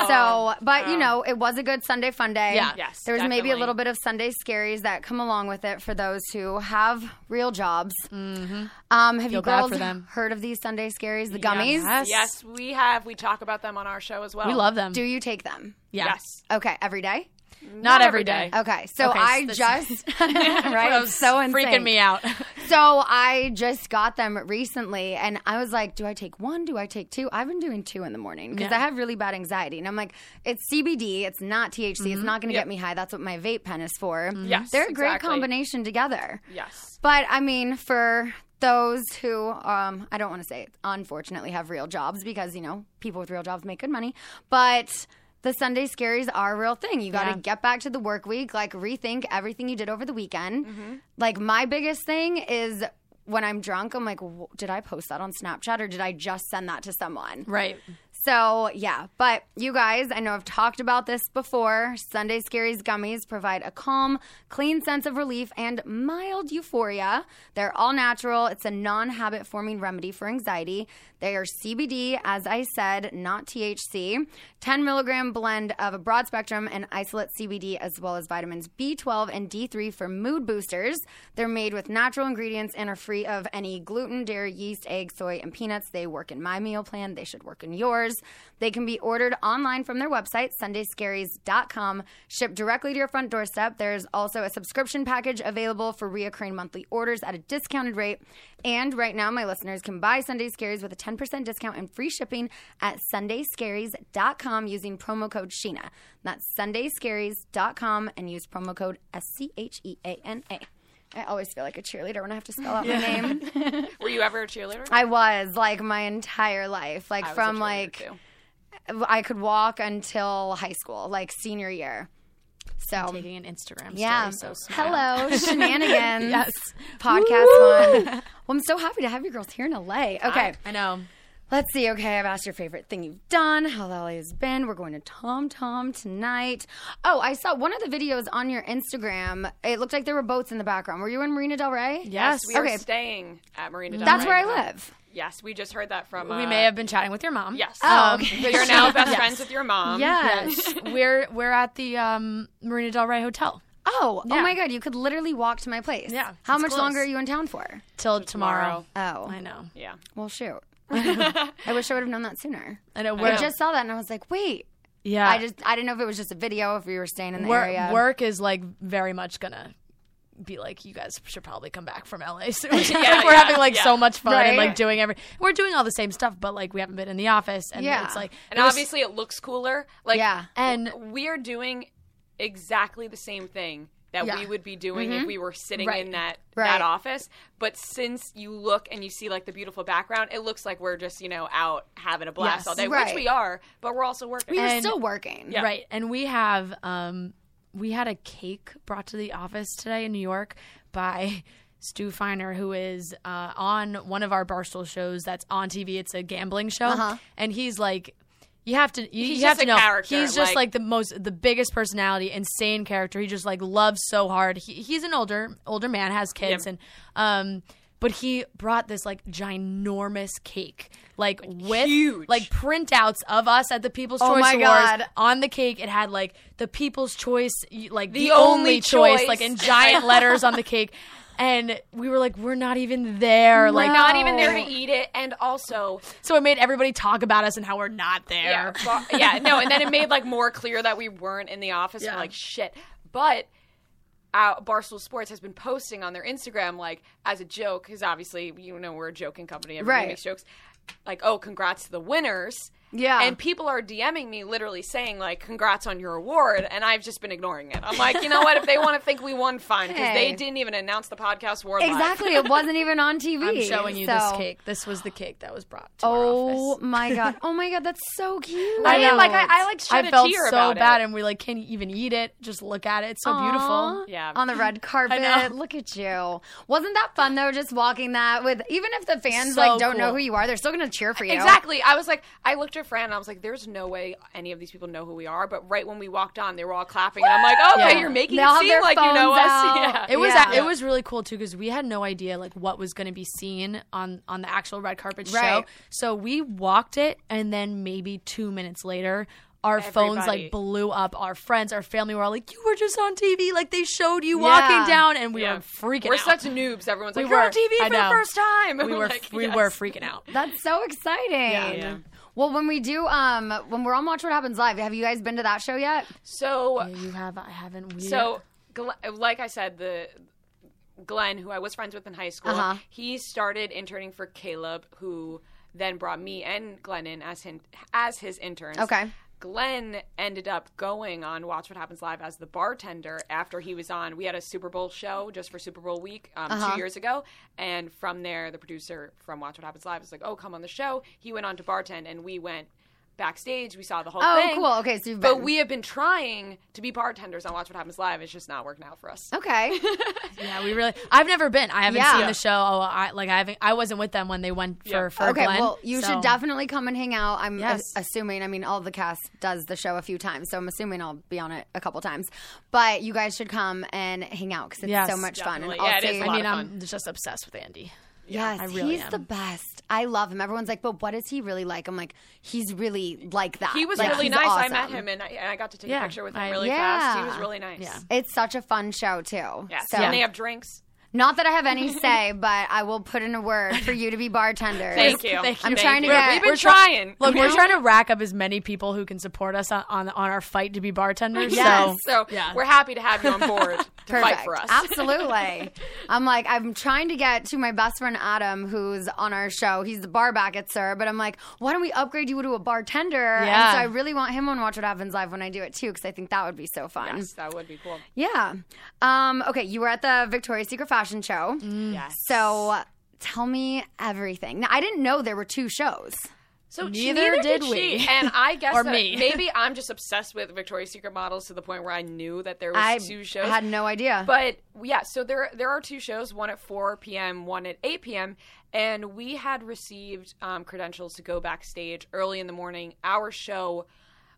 F: Oh.
C: So, but you know, it was a good Sunday fun day.
G: Um, Yeah.
F: Yes,
C: There was maybe a
F: definitely.
C: little bit of Sunday scaries that come along with it for those who have real jobs. Mm-hmm. Um, have you
G: Feel bad
C: girls
G: for them.
C: heard of these Sunday scaries, the gummies?
G: Yes.
F: Yes, we have. We talk about them on our show as well.
G: we love them.
C: Do
G: *laughs*
C: you *laughs* take them?
G: yeah.
F: Yes.
C: Okay, every day.
G: Not every day.
C: Okay, so
G: Okay,
C: I
G: this-
C: just
G: *laughs*
C: *laughs* right,
G: That
C: It's so insane.
G: freaking me out.
C: So I just got them recently, and I was like, "Do I take one? Do I take two? I've been doing two in the morning because
G: Yeah.
C: I have really bad anxiety, and I'm like, it's CBD, it's not THC, it's not going to get me high. That's what my vape pen is for.
F: Mm-hmm. Yes,
C: they're a great
F: exactly.
C: combination together.
F: Yes.
C: But I mean, for those who, um, I don't want to say it, unfortunately have real jobs because, you know, people with real jobs make good money. But the Sunday scaries are a real thing. You got to
G: Yeah.
C: get back to the work week, like rethink everything you did over the weekend. Like, my biggest thing is when I'm drunk, I'm like, "W- did I post that on Snapchat or did I just send that to someone?
G: right.
C: So, yeah, but you guys, I know I've talked about this before. Sunday Scaries gummies provide a calm, clean sense of relief and mild euphoria. They're all natural. It's a non habit forming remedy for anxiety. They are CBD, as I said, not THC. 10 milligram blend of a broad spectrum and isolate CBD, as well as vitamins B12 and D3 for mood boosters. They're made with natural ingredients and are free of any gluten, dairy, yeast, egg, soy, and peanuts. They work in my meal plan. They should work in yours. stores. They can be ordered online from their website, sundayscaries.com, shipped directly to your front doorstep. There's also a subscription package available for reoccurring monthly orders at a discounted rate. And right now, my listeners can buy Sunday Scaries with a 10% discount and free shipping at sundayscaries.com using promo code Sheena. That's sundayscaries.com and use promo code E S-C-H-E-A-N-A. I always feel like a cheerleader when I have to spell out my
F: Yeah.
C: name.
F: Were you ever a cheerleader?
C: I was like my entire life, like
F: I was a
C: from
F: cheerleader,
C: like
F: too.
C: I could walk until high school, like senior year. So
G: taking an Instagram
C: yeah.
G: story. So smile. *laughs*
C: Hello, shenanigans.
G: Yes.
C: podcast
G: Woo! *laughs*
C: one. Well, I'm so happy to have you girls here in LA. Okay,
G: I- I know.
C: Let's see. Okay, I've asked your favorite thing you've done, how LA has been. We're going to Tom Tom tonight. Oh, I saw one of the videos on your Instagram. It looked like there were boats in the background. Were you in Marina Del Rey?
F: we
C: okay.
F: are staying at Marina. Del
C: That's
F: Rey.
C: where I live.
F: Yes, we just heard that from.
G: We
F: uh,
G: may have been chatting with your mom.
F: Yes.
G: Oh,
F: Um,
G: okay.
F: You're now best
G: *laughs* Yes.
F: friends with your mom.
G: Yes. we're we're at the um, Marina Del Rey Hotel
C: Oh,
G: Yeah.
C: oh my God! You could literally walk to my place. Yeah. How
G: it's
C: much
G: close.
C: longer are you in town for?
G: till tomorrow.
C: Oh,
G: I know.
F: Yeah.
C: Well,
G: *laughs*
C: shoot. *laughs* I wish I would have known that sooner.
G: I know.
C: I
G: We're
C: just saw that and I was like, wait.
G: Yeah.
C: I just I didn't know if it was just a video if we were staying in the
G: work,
C: area.
G: work is like very much gonna be like you guys should probably come back from LA soon. Like,
F: Yeah,
G: we're
F: yeah,
G: having like so
F: yeah.
G: much fun and like
C: Right.
G: doing every we're doing all the same stuff, but like we haven't been in the office and
C: Yeah.
G: it's like
F: And
G: it was-
F: obviously, it looks cooler. Like,
C: Yeah.
G: And-
F: we are doing exactly the same thing that
G: Yeah. Mm-hmm.
F: we would be doing if we were sitting
G: Right.
F: in that
C: Right.
F: that office. But since you look and you see like the beautiful background, it looks like we're just you know out having a blast
G: Yes.
F: all day,
C: Right.
F: which we are. But we're also working.
C: we were
G: And-
C: still working.
F: Yeah.
G: Right. And we have um we had a cake brought to the office today in New York by *laughs* Stu Feiner, who is uh, on one of our Barstool shows that's on TV. It's a gambling show. And he's like you have to you,
F: Uh-huh. He's
G: you have
F: just
G: to
F: a
G: know
F: character,
G: he's just
F: like-
G: like the most the biggest personality, insane character. He just like loves so hard. He, he's an older older man, has kids and um but he brought this like ginormous cake. Like, with
F: huge.
G: like printouts of us at the People's
C: Oh
G: Choice
C: my
G: Awards
C: God.
G: on the cake it had like the people's choice y- like the,
F: The
G: only,
F: only
G: choice,
F: choice.
G: like in
F: *laughs*
G: giant letters on the cake and we were like we're not even there like "Oh."
F: Like not even there to eat it, and also
G: so it made everybody talk about us and how we're not there
F: Yeah, but- *laughs* yeah, no, and then it made like more clear that we weren't in the office. We're
G: Yeah.
F: like, shit. But uh, Barstool Sports has been posting on their Instagram, like as a joke, because obviously you know we're a joking company, everybody
C: Right.
F: makes jokes. Like, oh, congrats to the winners.
C: Yeah.
F: And people are DMing me literally saying, like, congrats on your award. And I've just been ignoring it. I'm like, you know what? If they want to think we won, fine. Because
C: Hey.
F: they didn't even announce the podcast war. live.
C: Exactly. It wasn't even on TV.
G: i'm showing you
C: so-
G: this cake this was the cake that was brought to our
C: Oh
G: office
C: my god.
G: *laughs*
C: Oh my god, that's so cute.
F: I mean, like, I- I, like, shed
G: I
F: a
G: felt so
F: tear about it.
G: bad, and we like can't even eat it. Just look at it; it's so beautiful.
C: Aw,
F: Yeah.
C: On the red
G: know.
C: carpet. Look at you. Wasn't that fun though, just walking that with even if the fans
G: So
C: like don't know
G: cool.
C: who you are, they're still gonna cheer for you.
F: Exactly. I was like, I looked at Fran and I was like, there's no way any of these people know who we are. But right when we walked on, they were all clapping. And I'm like, okay,
G: Yeah.
F: you're making
C: They all
F: it
C: have
F: seem
C: their
F: like you know
C: phones
F: us. *laughs*
C: out.
F: Yeah.
G: It was
C: Yeah.
G: it was really cool too because we had no idea like what was going to be seen on on the actual red carpet
C: Right.
G: show. So we walked it, and then maybe two minutes later. Our phones
F: Everybody.
G: like blew up. Our friends, our family were all like, "You were just on TV. Like they showed you
C: Yeah.
G: walking down, and we
F: Yeah.
G: were freaking
F: We're
G: out.
F: such noobs. Everyone's
G: we
F: like,
G: were
F: you're on TV
G: I
F: for the
G: know.
F: first time. *laughs*
G: We
F: I'm
G: were
F: like,
G: we
F: yes.
G: were freaking out.
C: That's so exciting.
F: Yeah.
C: Well, when we do, um, when we're on Watch What Happens Live, have you guys been to that show yet?
F: So,
G: Yeah, you have I haven't. We
F: so Gl- like I said, the Glenn, who I was friends with in high school,
C: Uh-huh.
F: he started interning for Caleb, who then brought me and Glenn in as him, as his interns.
C: Okay.
F: Glenn ended up going on Watch What Happens Live as the bartender after he was on. We had a Super Bowl show just for Super Bowl week um,
C: Uh-huh.
F: two years ago. And from there, the producer from Watch What Happens Live was like, oh, come on the show. He went on to bartend, and we went backstage. We saw the whole
C: Oh,
F: thing.
C: cool. Okay, so you've
F: But
C: been.
F: we have been trying to be bartenders on Watch What Happens Live. It's just not working out for us. *laughs*
C: Okay.
G: yeah, we really. I've never been. I haven't
C: Yeah.
G: seen the show. Oh, I like I haven't. I wasn't with them when they went for
F: Yeah.
G: for
C: okay.
G: Glenn,
C: well, you
G: so-
C: should definitely come and hang out. I'm a-
G: Yes.
C: assuming. I mean, all the cast does the show a few times, so I'm assuming I'll be on it a couple times. But you guys should come and hang out because it's
G: Yes,
C: so much
F: definitely.
C: fun. And
F: Yeah,
C: I'll
F: it is
C: see-
F: a
G: I
F: lot
G: mean,
F: of
G: I'm just obsessed with Andy.
C: Yes,
G: I really
C: he's
G: am.
C: the best. I love him. Everyone's like, but what is he really like? I'm like, he's really like that.
F: He was
C: Like,
F: really
C: he's
F: nice.
C: awesome.
F: I met him, and I, and I got to take
G: Yeah,
F: a picture with him
G: I-
F: really
C: Yeah.
F: fast. He was really nice.
G: Yeah.
C: It's such a fun show too.
F: Yes.
C: So
F: And they have drinks.
C: Not that I have
F: *laughs*
C: any say, but I will put in a word for you to be bartender.
F: Thank you. Thank
C: I'm
F: you.
C: trying to
F: Thank
C: get.
F: you. We've been trying.
G: Look,
F: you
G: we're
F: know?
G: trying to rack up as many people who can support us on on, on our fight to be bartenders.
F: *laughs* Yes.
G: So,
F: So we're happy to have you on board *laughs* to fight for us.
C: Absolutely. I'm like, I'm trying to get to my best friend Adam, who's on our show. He's the bar back at Sir, but I'm like, why don't we upgrade you to a bartender?
F: Yeah.
C: And so I really want him on Watch What Happens Live when I do it too, because I think that would be so fun.
F: Yes, *laughs* that would be cool.
C: Yeah. Um, okay, you were at the Victoria's Secret Fashion Show.
F: Yes.
C: So tell me everything. Now, I didn't know there were two shows.
F: So
G: Neither did we.
F: and
G: *laughs*
F: I guess
G: Or
F: that
G: me.
F: maybe I'm just obsessed with Victoria's Secret models to the point where I knew that there was
C: I
F: two shows.
C: had no idea.
F: But yeah, so there there are two shows, one at 4 p.m., one at 8 p.m., and we had received um, credentials to go backstage early in the morning. Our show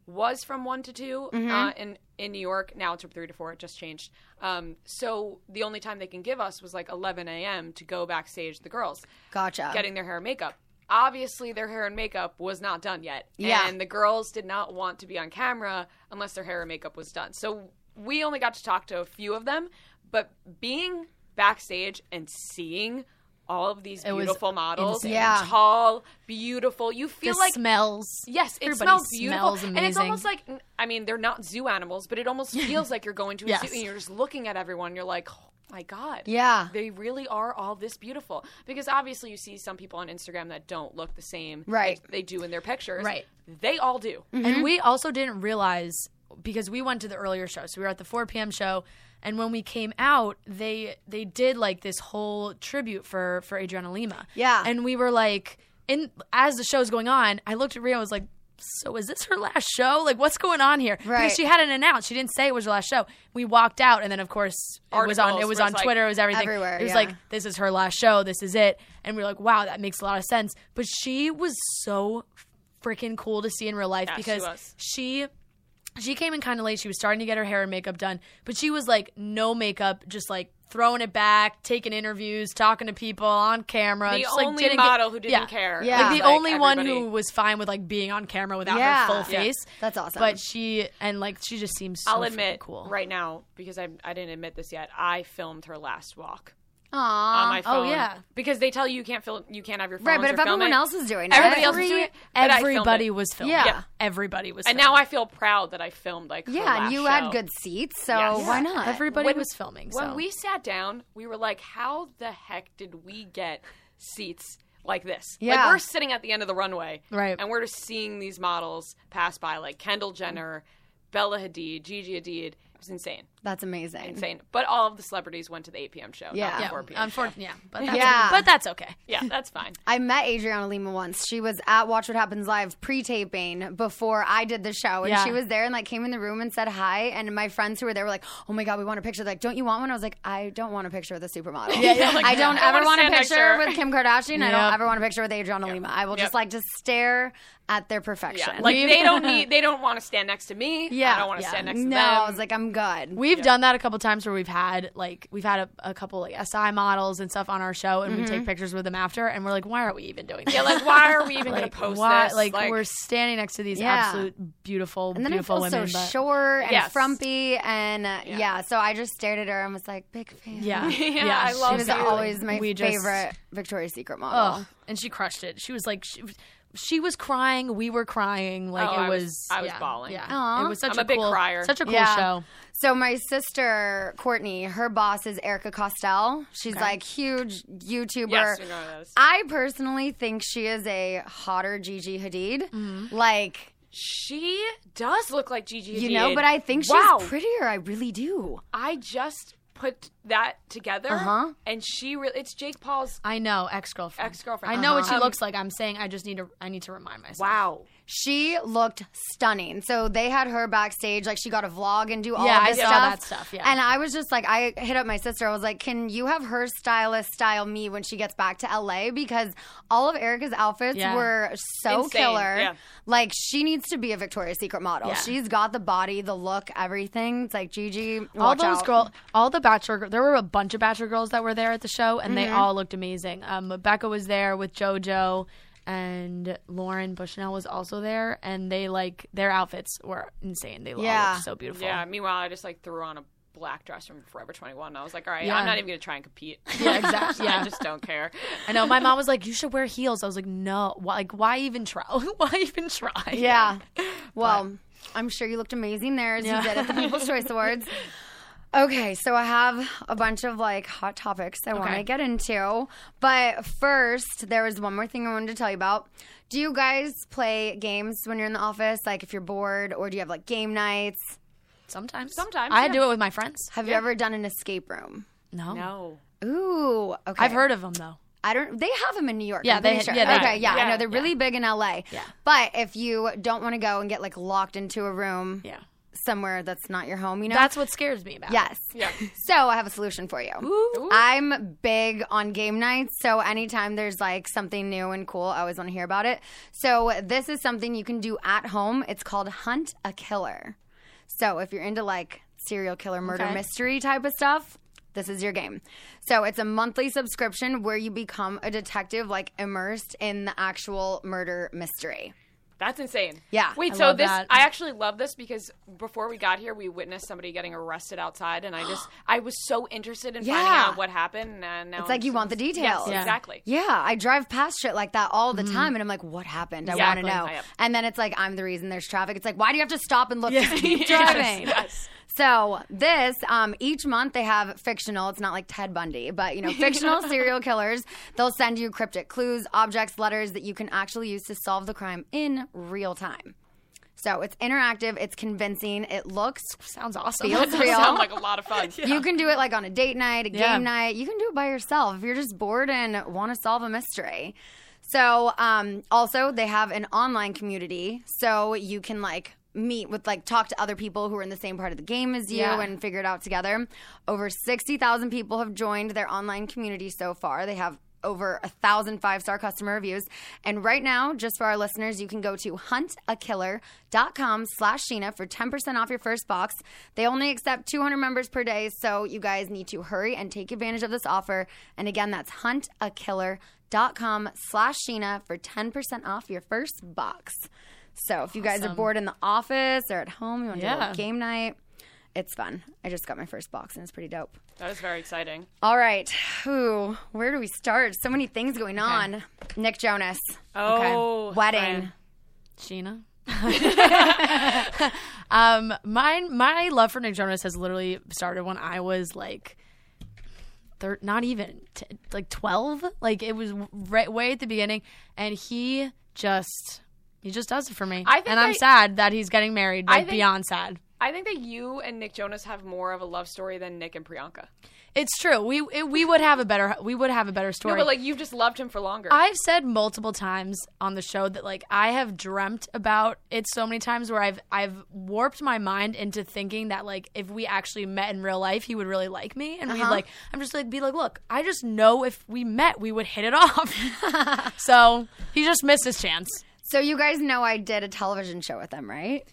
F: was from 1 to 2 uh,
H: Mhm.
F: in in New York. Now it's from 3 to 4. It just changed. Um, so the only time they can give us was like 11 a.m. to go backstage the girls
C: Gotcha.
F: getting their hair and makeup. Obviously, their hair and makeup was not done yet.
C: Yeah.
F: And the girls did not want to be on camera unless their hair and makeup was done. So we only got to talk to a few of them, but being backstage and seeing all of these
G: It was
F: beautiful models,
G: insane.
F: and
G: Yeah.
F: tall, beautiful, you feel
G: the
F: like
G: smells.
F: Yes, it
G: Everybody
F: smells beautiful,
G: smells
F: and it's
G: amazing.
F: almost like I mean they're not zoo animals, but
G: *laughs*
F: it almost feels like you're going to a
G: Yes.
F: zoo and you're just looking at everyone. and you're like, oh my god,
C: Yeah.
F: they really are all this beautiful. Because obviously you see some people on Instagram that don't look the same,
G: Right.
F: as They do in their pictures,
G: Right. Mm-hmm.
F: They all do,
G: And we also didn't realize because we went to the earlier show. So we were at the 4 p.m. show and when we came out, they they did like this whole tribute for for Adriana Lima.
C: Yeah.
G: And we were like in as the show's going on, I looked at Rio I was like so is this her last show? Like what's going on here?
C: Right.
G: Because she hadn't announced. She didn't say it was her last show. We walked out and then of course it was on it
F: Articles
G: was
F: where
G: on
F: it's like-
G: Twitter, it was everything.
C: Everywhere,
G: it was
C: yeah.
G: like this is her last show, this is it. And we were like, wow, that makes a lot of sense. But she was so freaking cool to see in real life
F: Yeah, she
G: because
F: was.
G: she, she came in kind of late. She was starting to get her hair and makeup done, but she was like no makeup, just like throwing it back, taking interviews, talking to people on camera.
F: The
G: just, like,
F: only
G: didn't
F: model
G: get-
F: who didn't
G: Yeah.
F: care.
G: Yeah,
F: Yeah.
G: like, the
F: Like,
G: only one
F: everybody-
G: who was fine with like being on camera without
F: Yeah.
G: her full
F: Yeah.
G: face.
C: That's awesome.
G: But she and like she just seems. So
F: I'll
G: freaking
F: admit
G: cool.
F: right now because I I didn't admit this yet. I filmed her last walk.
C: Aww.
F: on my phone.
C: Oh, yeah.
F: because they tell you you can't film, you can't have your phone.
C: Right, but if everyone else is doing it.
F: everybody else is
C: Every-
F: doing it. but I filmed
G: Everybody
F: it.
G: was filming.
C: Yeah.
G: everybody was.
F: and
G: filming.
F: now I feel proud that I filmed like. her
C: Yeah,
F: last
C: and you
F: show.
C: had good seats, so
F: Yes.
C: why
F: Yeah.
C: not?
G: everybody
F: When-
G: was filming.
F: When
G: so.
F: we sat down, we were like, "How the heck did we get seats like this?"
G: Yeah.
F: like we're sitting at the end of the runway,
G: Right.
F: And we're just seeing these models pass by, like Kendall Jenner, Bella Hadid, Gigi Hadid. It was insane,
C: That's amazing.
F: insane. But all of the celebrities went to the 8 p.m. show,
C: Yeah.
F: not the
C: Yeah,
F: 4 p.m. show.
G: unfortunately, yeah, but that's
C: Yeah.
G: but that's okay.
F: Yeah, that's fine.
C: I met Adriana Lima once. She was at Watch What Happens Live pre-taping before I did the show, and
G: Yeah.
C: she was there and like came in the room and said hi. And my friends who were there were like, "Oh my god, we want a picture." They're like, "Don't you want one?" I was like, "I don't want a picture with a supermodel.
G: Yeah, yeah, like,
C: I don't
F: I
C: ever
F: wanna
C: want a
F: stand next to
C: picture
F: her."
C: with Kim Kardashian. I
G: Yep.
C: don't ever want a picture with Adriana Lima. I will
F: Yep.
C: just like to stare at their perfection.
F: Yeah, like
C: *laughs*
F: they don't need, they don't want to stand next to me.
C: Yeah,
F: I don't want to
C: yeah.
F: stand next to
C: no,
F: them.
C: I was like, I'm good.
G: We've done that a couple times where we've had like we've had a, a couple like SI models and stuff on our show, and we take pictures with them after, and we're Mm-hmm. like, why are we even *laughs* doing this?
F: Yeah, like why are we
C: *laughs*
F: even
G: Like,
F: gonna post
G: why-
F: this?
G: Like, we're standing next to these
C: Yeah.
G: absolute beautiful,
C: and then I
G: beautiful
C: feel
G: women.
C: so
G: but-
C: short and
F: Yes.
C: frumpy, and uh, yeah. So I just stared at her and was like, "Big fan."
G: Yeah,
F: *laughs* Yeah, I
G: she
F: love
C: She was
F: you.
C: always my
G: We just-
C: favorite Victoria's Secret model.
G: Ugh, and she crushed it. She was like, she, she was crying, we were crying. Like
F: Oh,
G: it
F: I
G: was,
F: was- I was
G: yeah,
F: bawling.
G: Yeah,
C: Aw.
G: it was such
F: I'm a big
G: cool,
F: crier.
G: such a cool
C: Yeah.
G: show.
C: So my sister Courtney, her boss is Erica Costell. She's like huge YouTuber.
F: Yes, we know those.
C: I personally think she is a hotter Gigi Hadid. Like
F: She does look like Gigi.
C: you
F: Hadid.
C: know, but I think she's
F: wow.
C: prettier. I really do.
F: I just put that together,
C: Uh-huh.
F: and she re- it's Jake Paul's
G: I know, ex girlfriend.
F: ex girlfriend.
G: I know what she looks like. I'm saying I just need to. I need to remind myself.
F: Wow,
C: She looked stunning. So they had her backstage, like she got a vlog and do all
G: Yeah,
C: of
G: I
C: this
G: saw
C: stuff.
G: that stuff, yeah.
C: And I was just like, I hit up my sister. I was like, can you have her stylist style me when she gets back to LA? Because all of Erica's outfits
G: Yeah.
C: were so
F: Insane,
C: killer.
F: yeah.
C: Like she needs to be a Victoria's Secret model.
G: Yeah.
C: She's got the body, the look, everything. It's like Gigi.
G: all
C: watch
G: those
C: out.
G: girl, all the bachelor. gir- There were a bunch of bachelor girls that were there at the show, and
C: Mm-hmm.
G: they all looked amazing. Um, Becca was there with JoJo, and Lauren Bushnell was also there, and they like their outfits were insane. They all
C: Yeah.
G: looked so beautiful.
F: yeah. Meanwhile, I just like threw on a black dress from Forever 21. And I was like, all right,
G: Yeah.
F: I'm not even going to try
C: *laughs*
F: and compete.
G: Yeah, exact- yeah.
F: *laughs* I just don't care.
G: I know. My mom was like, "You should wear heels." I was like, "No, why, like why even try? *laughs* why even try?" *laughs*
C: Yeah. Well, I'm sure you looked amazing there as
G: Yeah.
C: you did at the
G: *laughs*
C: People's Choice Awards. Okay, so I have a bunch of like hot topics I want
G: Okay.
C: to get into. But first, there was one more thing I wanted to tell you about. Do you guys play games when you're in the office? Like if you're bored, or do you have like game nights?
G: Sometimes.
F: Sometimes.
G: I do it with my friends.
C: Have you ever done an escape room?
G: No.
F: No.
C: Ooh, okay.
G: I've heard of them though.
C: I don't. They have them in New York.
G: Yeah,
C: I'm pretty
G: they-
C: sure.
G: yeah, they
C: okay,
G: do.
C: yeah,
G: Yeah,
C: I know they're really big in LA.
G: Yeah.
C: but if you don't want to go and get like locked into a room,
G: Yeah.
C: somewhere that's not your home, you know,
G: That's what scares me about. it.
C: Yes.
F: Yeah.
C: So I have a solution for you. I'm big on game nights, so anytime there's like something new and cool, I always want to hear about it. So this is something you can do at home. It's called Hunt a Killer. So if you're into like serial killer murder
G: Okay.
C: mystery type of stuff, this is your game. So it's a monthly subscription where you become a detective like immersed in the actual murder mystery.
F: That's insane.
C: Yeah,
F: Wait,
G: I
F: so
G: love
F: this
G: that.
F: I actually love this because before we got here, we witnessed somebody getting arrested outside, and
C: *gasps*
F: I just I was so interested in finding
C: Yeah.
F: out what happened. And now
C: It's like you want the details.
F: Yes,
C: Yeah.
F: Exactly.
C: Yeah, I drive past shit like that all the time, and I'm like, "What happened? I want
F: Exactly.
C: to know."
F: Yep.
C: And then it's like, "I'm the reason there's traffic." It's like, "Why do you have to stop and look? Just keep driving."
F: yes.
C: So this um, each month they have fictional. It's not like Ted Bundy, but
F: *laughs*
C: you know, fictional serial killers. They'll send you cryptic clues, objects, letters that you can actually use to solve the crime in real time. So it's interactive, it's convincing, it looks,
G: Sounds awesome.
C: feels real.
F: Sounds like a lot of fun.
C: You can do it like on a date night, a game
G: Yeah.
C: night. You can do it by yourself if you're just bored and want to solve a mystery. So, um, also, they have an online community. So you can like meet with, like, talk to other people who are in the same part of the game as you
G: Yeah.
C: and figure it out together. Over 60,000 people have joined their online community so far. They have over a thousand five star customer reviews. And right now, just for our listeners, you can go to huntakiller.com slash Sheena for 10% off your first box. They only accept 200 members per day, so you guys need to hurry and take advantage of this offer. And again, that's huntakiller.com slash Sheena for 10% off your first box. So if you guys are bored in the office or at home, you want to do a
G: Yeah.
C: little game night, it's fun. I just got my first box and it's pretty dope.
F: That is very exciting.
C: All right. Ooh, where do we start? So many things going on. Nick Jonas.
F: Oh,
C: Wedding.
G: Sheena. *laughs* um, mine, my love for Nick Jonas has literally started when I was like, thir- not even t- like twelve. Like it was right way at the beginning, and he just. He just does it for me,
F: I think
G: and I'm
F: I-
G: sad that he's getting married.
F: I
G: Like
F: think-
G: beyond sad,
F: I think that you and Nick Jonas have more of a love story than Nick and Priyanka.
G: it's true. We it, we would have a better we would have a better story.
F: No, but like you've just loved him for longer.
G: I've said multiple times on the show that like I have dreamt about it so many times where I've I've warped my mind into thinking that like if we actually met in real life he would really like me and
C: Uh-huh.
G: we'd like I'm just like be like look I just know if we met we would hit it *laughs* off
C: *laughs*
G: so he just missed his chance
C: So you guys know I did a television show with them, right?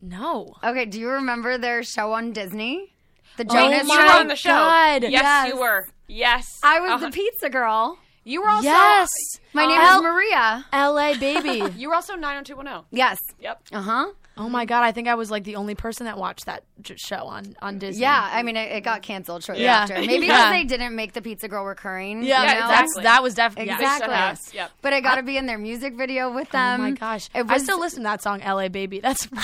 G: no
C: Okay, do you remember their show on Disney? The Jonas
F: you were
C: Show?
F: on the show.
G: God.
F: Yes,
G: Yes.
F: you were. Yes,
C: I was
F: Uh-huh.
C: the pizza girl.
F: You were also.
G: yes
C: My name
G: L-
C: is Maria.
G: L.A. baby
F: You were also nine hundred two one zero.
C: Yes.
F: Yep.
C: Uh huh.
G: oh my god I think I was like the only person that watched that j- show on on Disney
C: Yeah, I mean, it, it got canceled shortly
G: Yeah.
C: after. Maybe
G: Yeah.
C: because they didn't make the pizza girl recurring.
G: yeah,
C: you
F: Yeah,
C: know?
G: that's
F: exactly.
G: that was definitely
C: Exactly.
F: Yes, yep.
C: But I got to be in their music video with them.
G: oh my gosh.
C: Um, It
G: I
C: was
G: still listen to that song, LA Baby. That's *laughs*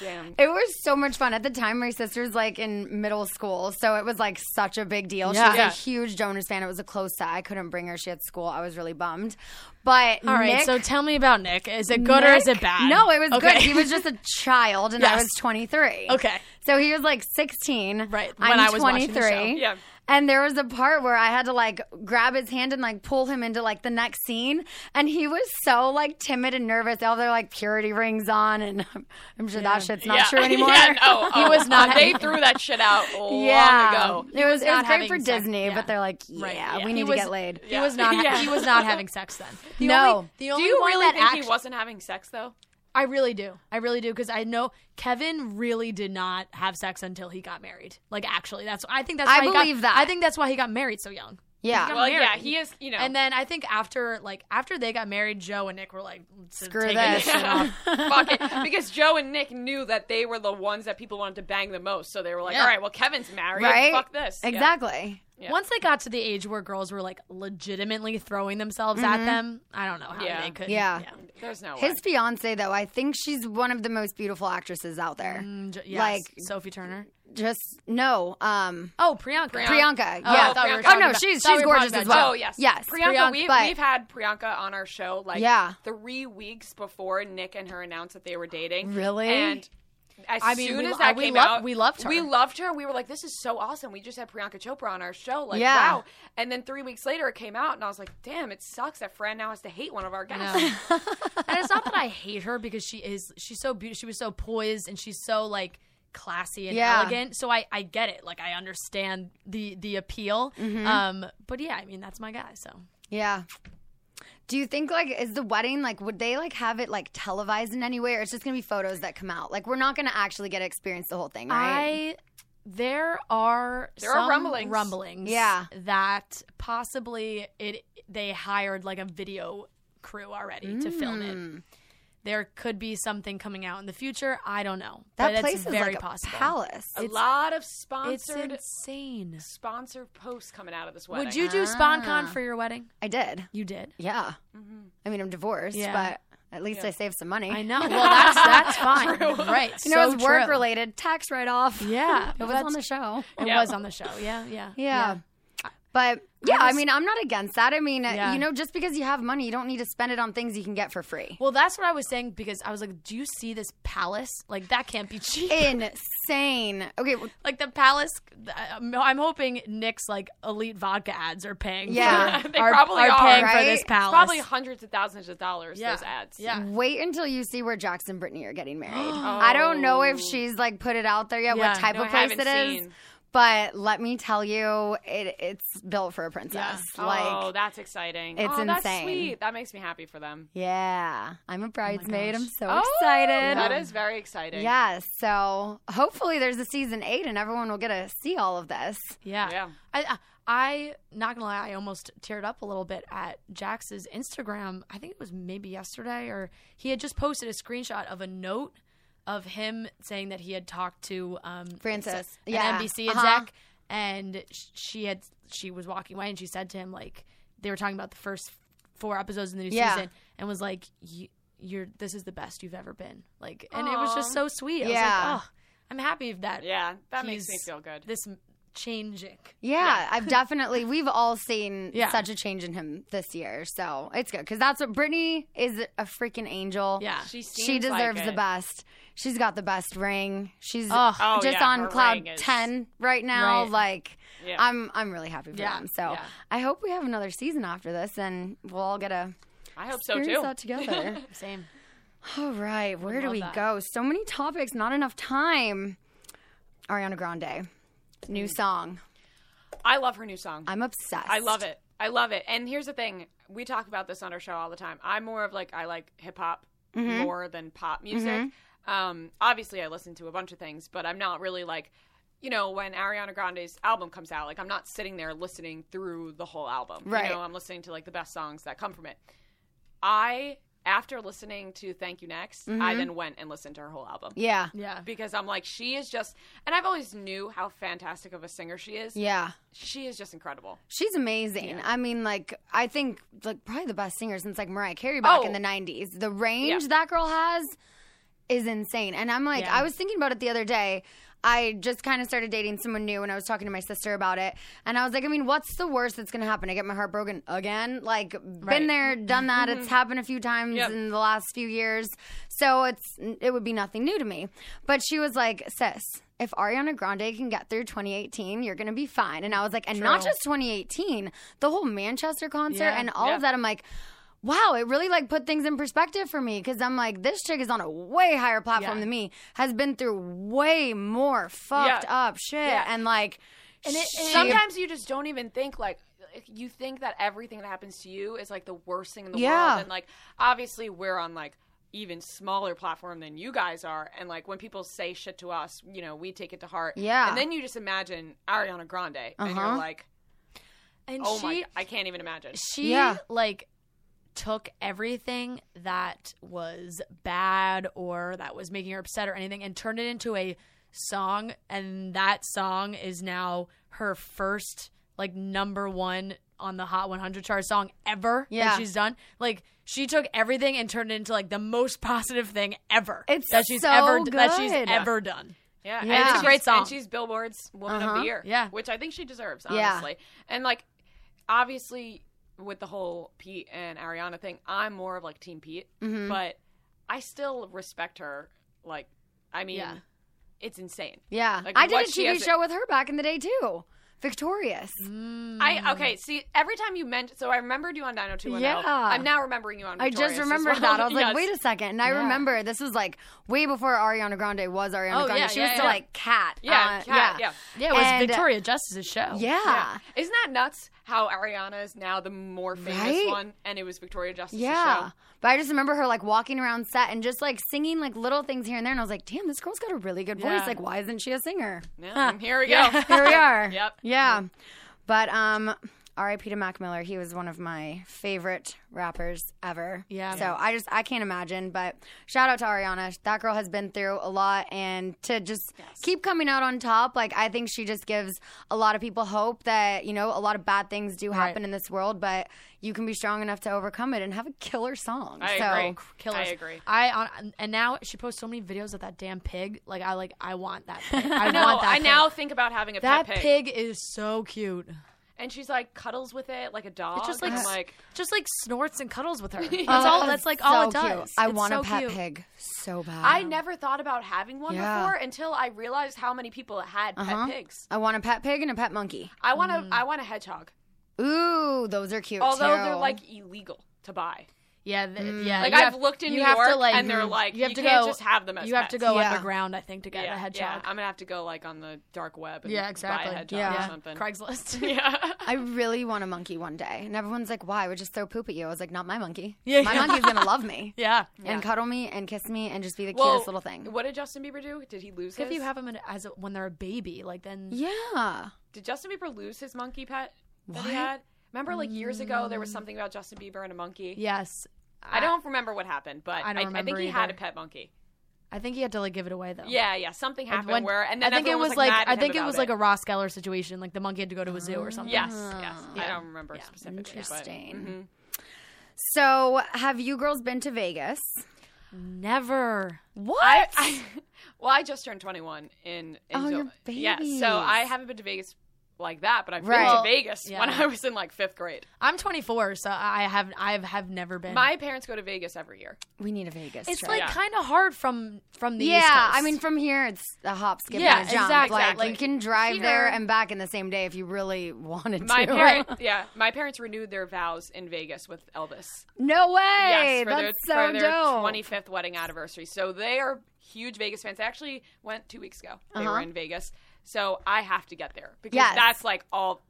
F: Damn.
C: It was so much fun. At the time, my sister's like in middle school, so it was like such a big deal. She
G: Yeah.
C: was
G: Yeah.
C: a huge Jonas fan. It was a close tie. I couldn't bring her. She had school. I was really bummed. But
G: All right,
C: Nick-
G: so tell me about Nick. Is it good or is it
C: Nick-
G: bad?
C: No, it was
G: Okay.
C: good. He *laughs* was just a
G: *laughs*
C: child, and I
G: Yes.
C: was 23.
G: Okay.
C: So he was like 16.
G: Right,
C: I'm
G: when I was watching
C: 23.
G: the show.
F: Yeah.
C: And there was a part where I had to like grab his hand and like pull him into like the next scene. And he was so like timid and nervous. All their like purity rings on. And *laughs* I'm sure that shit's not
F: *laughs* yeah.
G: *laughs*
C: true anymore.
F: Yeah,
C: *laughs*
F: no, Uh-huh.
G: He was not
F: They
G: having-
F: threw that shit out
C: It was,
F: long ago.
C: it
G: Oh, not
C: was great
G: having
C: for
G: sex-
C: Disney,
G: yeah.
C: but they're like, yeah,
G: Right, yeah.
C: we
G: He
C: need
G: was-
C: to get laid.
G: He was not.
F: Yeah.
G: He was not having sex then. The
C: No.
G: Only, the
F: Do
G: only
F: you
G: one
F: really
G: that
F: think
G: act-
F: he wasn't having sex though?
G: I really do. I really do because I know Kevin really did not have sex until he got married. Like actually, that's I think that's
C: I
G: why he
C: believe
G: got,
C: that.
G: I think that's why he got married so young.
C: Yeah.
G: He got
C: Well, yeah,
G: married.
F: he is, you know.
G: And then I think after, like, after they got married, Joe and Nick were like,
C: Screw
G: take
C: this.
G: shit off.
F: *laughs* Fuck it. Because Joe and Nick knew that they were the ones that people wanted to bang the most. So they were like,
G: Yeah.
F: all right, well, Kevin's married.
G: Right?
F: Fuck this. Yeah.
G: Once they got to the age where girls were like legitimately throwing themselves
C: Mhm.
G: at them, I don't know how
F: Yeah.
G: they could.
C: Yeah.
F: There's no
C: His fiance, though, Oh, I think she's one of the most beautiful actresses out there.
G: yes,
C: Like
G: Sophie Turner.
C: Just no. Um.
G: Oh, Priyanka.
C: Priyanka.
G: Oh,
C: yeah.
G: I thought we were
C: oh
G: talking
C: no,
G: about-
C: she's
G: thought we
C: she's
G: were
C: gorgeous
G: talking
C: as
G: about
C: well.
G: Joe.
F: Oh yes,
C: Yes.
F: Priyanka.
C: Priyanka,
F: we,
C: but-
F: we've had Priyanka on our show like
C: Yeah.
F: three weeks before Nick and her announced that they were dating.
G: Really?
F: And as
G: I mean,
F: soon
G: we-
F: as
G: I-
F: that
G: we
F: came
G: love-
F: out,
G: we loved her.
F: We loved her. We were like, "This is so awesome." We just had Priyanka Chopra on our show. Like,
G: Yeah.
F: wow. And then three weeks later, it came out, and I was like, "Damn, it sucks that Fran now has to hate one of our guests."
G: *laughs*
F: *laughs*
G: and it's not that I hate her because she is she's so beautiful. She was so poised and she's so like classy and
C: Yeah.
G: elegant. So I I get it. Like I understand the the appeal.
C: Mhm.
G: Um, but yeah, I mean that's my guy. So
C: Yeah. Do you think like is the wedding like would they like have it like televised in any way or it's just gonna be photos that come out? Like we're not gonna actually get to experience the whole thing, right?
G: I there are
C: There are
G: some
C: rumblings.
G: rumblings
C: Yeah.
G: that possibly it they hired like a video crew already to film
C: Mm.
G: it. There could be something coming out in the future. I don't know.
C: That
G: but
C: place
G: it's
C: is
G: very
C: like a
G: possible.
C: palace.
F: a
G: It's-
F: lot of sponsored,
G: insane
F: sponsored posts coming out of this wedding.
G: Would you do SponCon for your wedding?
C: I did.
G: You did.
C: Yeah. I mean I'm divorced,
G: Mm-hmm. Yeah.
C: but at least
G: Yeah.
C: I saved some money. *laughs*
G: I know. Well, that's that's fine. Right.
C: You know,
G: so
C: it's work
G: true.
C: related, tax write off.
G: Yeah,
C: *laughs* it was
G: that's-
C: on the
G: *laughs*
C: show.
G: It
C: Yeah.
F: *laughs*
G: was on the show. Yeah, yeah,
C: Yeah. But yeah, I
G: just-
C: mean, I'm not against that. I mean, uh,
G: Yeah.
C: you know, just because you have money, you don't need to spend it on things you can get for free.
G: Well, that's what I was saying because I was like, "Do you see this palace? Like that can't be *laughs* cheap."
C: Insane. Okay,
G: like the palace. I'm I'm hoping Nick's like elite vodka ads are paying.
C: Yeah.
G: *laughs* for,
C: They
G: are,
C: probably
G: are,
C: are,
G: paying for
C: right?
G: this
C: It's
G: palace.
F: Probably hundreds of thousands of dollars. Those ads.
C: Wait until you see where Jackson and Brittany are getting
G: *gasps*
C: married. I don't know if
G: Oh.
C: she's like put it out there yet,
F: Yeah.
C: what type
F: No,
C: of
F: I
C: place
F: haven't
C: it is.
F: seen.
C: But let me tell you, it, it's built for a princess. Like,
F: oh, that's exciting.
C: it's
F: oh, That's
C: insane.
F: sweet. That makes me happy for them.
C: yeah, I'm
G: Oh
C: a bridesmaid. I'm so
F: Oh,
C: excited.
F: That is very exciting.
C: Yes. So hopefully there's a season eight and everyone will get to see all of this.
G: Yeah. I, I- I, not gonna lie, I almost teared up a little bit at Jax's Instagram. I think it was maybe yesterday, or he had just posted a screenshot of a note of him saying that he had talked to um,
C: Frances.
G: an
C: Yeah.
G: NBC
C: Uh-huh.
G: exec, and sh- she had she was walking away, and she said to him like they were talking about the first four episodes in the new
C: Yeah.
G: season, and was like, "You- "You're this is the best you've ever been," like, and it was just so
F: Aw.
G: sweet. I
C: Yeah.
G: was like, oh, I'm happy of that.
F: Yeah, that makes me
G: he's-
F: feel good.
G: This m- changing.
C: Yeah,
G: *laughs*
C: I've definitely. We've all seen
G: Yeah.
C: such a change in him this year, so it's good because that's what Brittany is a freaking angel.
G: Yeah.
C: she she
G: She seems like
C: deserves the
G: it.
C: best. She's got the best ring. She's
G: Ugh.
F: Oh,
C: just
F: yeah,
C: on
F: her
C: cloud
F: ring is-
C: ten right now.
G: Right.
C: Like,
F: Yeah.
C: I'm I'm really happy for
G: Yeah,
C: them. So
G: yeah.
C: I hope we have another season after this, and we'll all get a
F: I hope so,
C: experience
F: too.
C: that together.
G: Same.
C: All right, where do
G: love
C: we
G: that.
C: go? So many topics, not enough time. Ariana Grande, new song.
F: *laughs* I love her new song.
C: I'm obsessed.
F: I love it. I love it. And here's the thing: we talk about this on our show all the time. I'm more of like I like hip hop
C: Mhm.
F: more than pop music. Um, obviously, I listen to a bunch of things, but I'm not really like, you know, when Ariana Grande's album comes out, like I'm not sitting there listening through the whole album.
C: Right.
F: You know, I'm listening to like the best songs that come from it. I after listening to Thank You Next, I
C: Mhm.
F: then went and listened to her whole album.
C: Yeah.
G: Yeah.
F: Because I'm like, she is just, and I've always knew how fantastic of a singer she is.
C: Yeah.
F: She is just incredible.
C: She's amazing. I mean, like, I think like probably the best singer since like Mariah Carey back in
F: Oh.
C: the '90s. The range that girl has is insane. And I'm like,
G: Yeah.
C: I was thinking about it the other day. I just kind of started dating someone new, and I was talking to my sister about it. And I was like, I mean, what's the worst that's going to happen? I get my heart broken again. Like, been
G: Right.
C: there, done that. It's happened a few times
G: Mm-hmm. Yep.
C: in the last few years, so it's it would be nothing new to me. But she was like, sis. If Ariana Grande can get through 2018, you're gonna be fine. And I was like, and not
G: True.
C: just 2018, the whole Manchester concert
G: Yeah.
C: and all
G: Yeah.
C: of that. I'm like, wow, it really like put things in perspective for me because I'm like, this chick is on a way higher platform
G: Yeah.
C: than me, has been through way more fucked
F: Yeah.
C: up shit,
F: Yeah.
C: and like,
F: And, it,
C: she-
F: sometimes you just don't even think like you think that everything that happens to you is like the worst thing in the
C: Yeah.
F: world, and like obviously we're on like even smaller platform than you guys are, and like when people say shit to us, you know, we take it to heart.
C: Yeah.
F: and then you just imagine Ariana Grande, and
C: Uh-huh.
F: you're like,
G: And
F: oh my!
G: she-
F: I can't even imagine.
G: She like took everything that was bad or that was making her upset or anything and turned it into a song and that song is now her first like number 1 on the Hot 100 chart song ever
C: Yeah.
G: that she's done. Like she took everything and turned it into like the most *laughs* positive thing ever
C: It's
G: that she's
C: so
G: ever that she's
C: good.
G: ever done.
F: Yeah,
G: And it's a
F: she's-
G: great song.
F: And she's Billboard's Woman of
G: Uh-huh.
F: the Year.
G: Yeah.
F: which I think she deserves,
G: Yeah.
F: honestly. And like, obviously, with the whole Pete and Ariana thing, I'm more of like Team Pete,
C: Mhm.
F: but I still respect her. Like, I mean,
C: Yeah.
F: it's insane.
C: Yeah.
F: Like,
C: I did a
F: what she
C: TV
F: has- Mm,
C: show with her back in the day too. Victorious.
F: I okay. See, every time you mention, so I remembered you on 90210.
C: Yeah.
F: oh. I'm now remembering you on.
C: I
F: Victorious
C: just
F: as
C: remembered
F: well. *laughs*
C: that. I was like,
F: Yes.
C: wait a second. And I
F: Yeah.
C: remember this was like way before Ariana Grande was Ariana
G: Oh,
C: Grande.
G: yeah,
C: she
G: yeah,
C: was still
G: yeah.
C: like cat.
F: Yeah,
C: uh,
F: Kat, yeah, yeah,
G: Yeah, it was
C: And- uh,
G: Victoria Justice's
F: oh,
G: show.
C: Yeah.
F: Isn't that nuts? How Ariana is now the more famous
C: Right?
F: one, and it was Victoria Justice's
C: Yeah.
F: show.
C: But I just remember her like walking around set and just like singing like little things here and there. And I was like, damn, this girl's got a really good voice.
F: Yeah.
C: Like, why isn't she a singer?
F: Yeah,
C: Huh.
F: and *laughs* here we
C: Yeah.
F: go.
C: here we
G: *laughs*
C: are.
F: Yep.
C: Yeah. But um RIP to Mac Miller. He was one of my favorite rappers ever.
G: Yeah.
C: So I just I can't imagine. But shout out to Ariana. That girl has been through a lot and to just keep coming out on top, like I think she just gives a lot of people hope that, you know, a lot of bad things do
G: Right.
C: happen in this world, but you can be strong enough to overcome it and have a killer song. so
G: Killers. I on, and now she posts so many videos of that damn pig. Like I like I want
F: *laughs*
G: that. Pig. I
F: no,
G: want that.
F: I
G: pig.
F: now think about having a
G: that
F: pet
G: pig. is so cute.
F: and she's like cuddles with it like a dog.
G: It just like,
F: I'm
G: s-
F: like
G: just like snorts and cuddles
F: *laughs*
G: with her. That's
F: Oh,
G: all.
F: that's
G: That's like all it
C: so
G: does.
C: cute. I
G: It's
C: want
G: so
C: a pet
G: cute.
C: pig so bad.
F: I never thought about having one
C: Yeah.
F: before until I realized how many people had pet
C: Uh-huh.
F: pigs.
C: I want a pet pig and a pet monkey.
F: I want to. I want a hedgehog,
C: Ooh, those are cute.
F: although they're
C: too.
F: like illegal to buy.
G: Yeah, th-
C: Mm.
G: yeah.
F: Like,
G: you
F: I've
G: have-
F: looked in
G: you
F: New
G: have to,
F: York,
G: like,
F: and they're like,
G: you have
F: you
G: to
F: can't
G: go-
F: just have them as
G: You have to
F: pets.
G: go
F: Yeah.
G: underground, I think, to get
F: yeah,
G: a
F: yeah.
G: hedgehog.
F: I'm gonna have to go like on the dark web. And
G: Yeah, exactly.
F: Buy a hedgehog
G: Yeah.
F: or something.
G: Craigslist.
F: *laughs* yeah.
C: I really want a monkey one day. And everyone's like, why? I would just throw poop at you. I was like, not my monkey.
G: Yeah,
C: my
G: yeah.
C: monkey's going to love me.
G: Yeah.
C: And
G: *laughs* Yeah.
C: cuddle me and kiss me and just be the
F: Well,
C: cutest little thing.
F: What did Justin Bieber do? Did he lose?
G: if
F: his?
G: you have them in, as a, when they're a baby, like then
C: Yeah.
F: Did Justin Bieber lose his monkey pet that he had? Remember, like years ago,
G: Mm.
F: there was something about Justin Bieber and a monkey.
G: Yes.
F: I don't remember what happened, but
G: I
F: I,
G: don't
F: I think
G: remember
F: he had
G: either.
F: a pet monkey.
G: I think he had to like give it away though.
F: Yeah, yeah, something
G: Like,
F: happened
G: when-
F: where, and then
G: I think it
F: everyone
G: was
F: was
G: like,
F: mad at
G: I
F: him
G: think it
F: about
G: was like a Ross Geller situation. Like the monkey had to go to a zoo
F: Mm-hmm.
G: or something.
F: Yes, yes. I
G: Yeah.
F: don't remember specifically.
C: Interesting.
F: But, mhm.
C: So, have you girls been to Vegas?
G: Never.
C: What?
F: I, I, *laughs* well, I just turned 21 in, in
C: Oh,
F: Ju-
C: you're
F: Yeah,
C: babies.
F: so I haven't been to Vegas like that, but I've been
C: Right.
F: to Vegas
G: Yeah.
F: when I was in like fifth grade.
G: I'm 24, so I have I have never been.
F: My parents go to Vegas every year.
C: we need a Vegas
G: it's
C: trip.
G: like
F: Yeah.
G: kind of hard from from the
C: yeah,
G: East Coast.
C: I mean, from here it's a hop, skip,
G: Yeah,
C: and a jump.
G: exactly.
C: Like,
G: Exactly.
C: you can drive
G: Here-
C: there and back in the same day if you really wanted *laughs*
F: My
C: to.
F: parent, yeah, my parents renewed their vows in Vegas with Elvis.
C: no way!
F: yes, for
C: That's
F: their,
C: so
F: for their
C: dope.
F: 25th wedding anniversary. So they are huge Vegas fans. They actually went two weeks ago. They were
C: Uh-huh.
F: in Vegas. So I have to get there because
C: Yes.
F: that's like all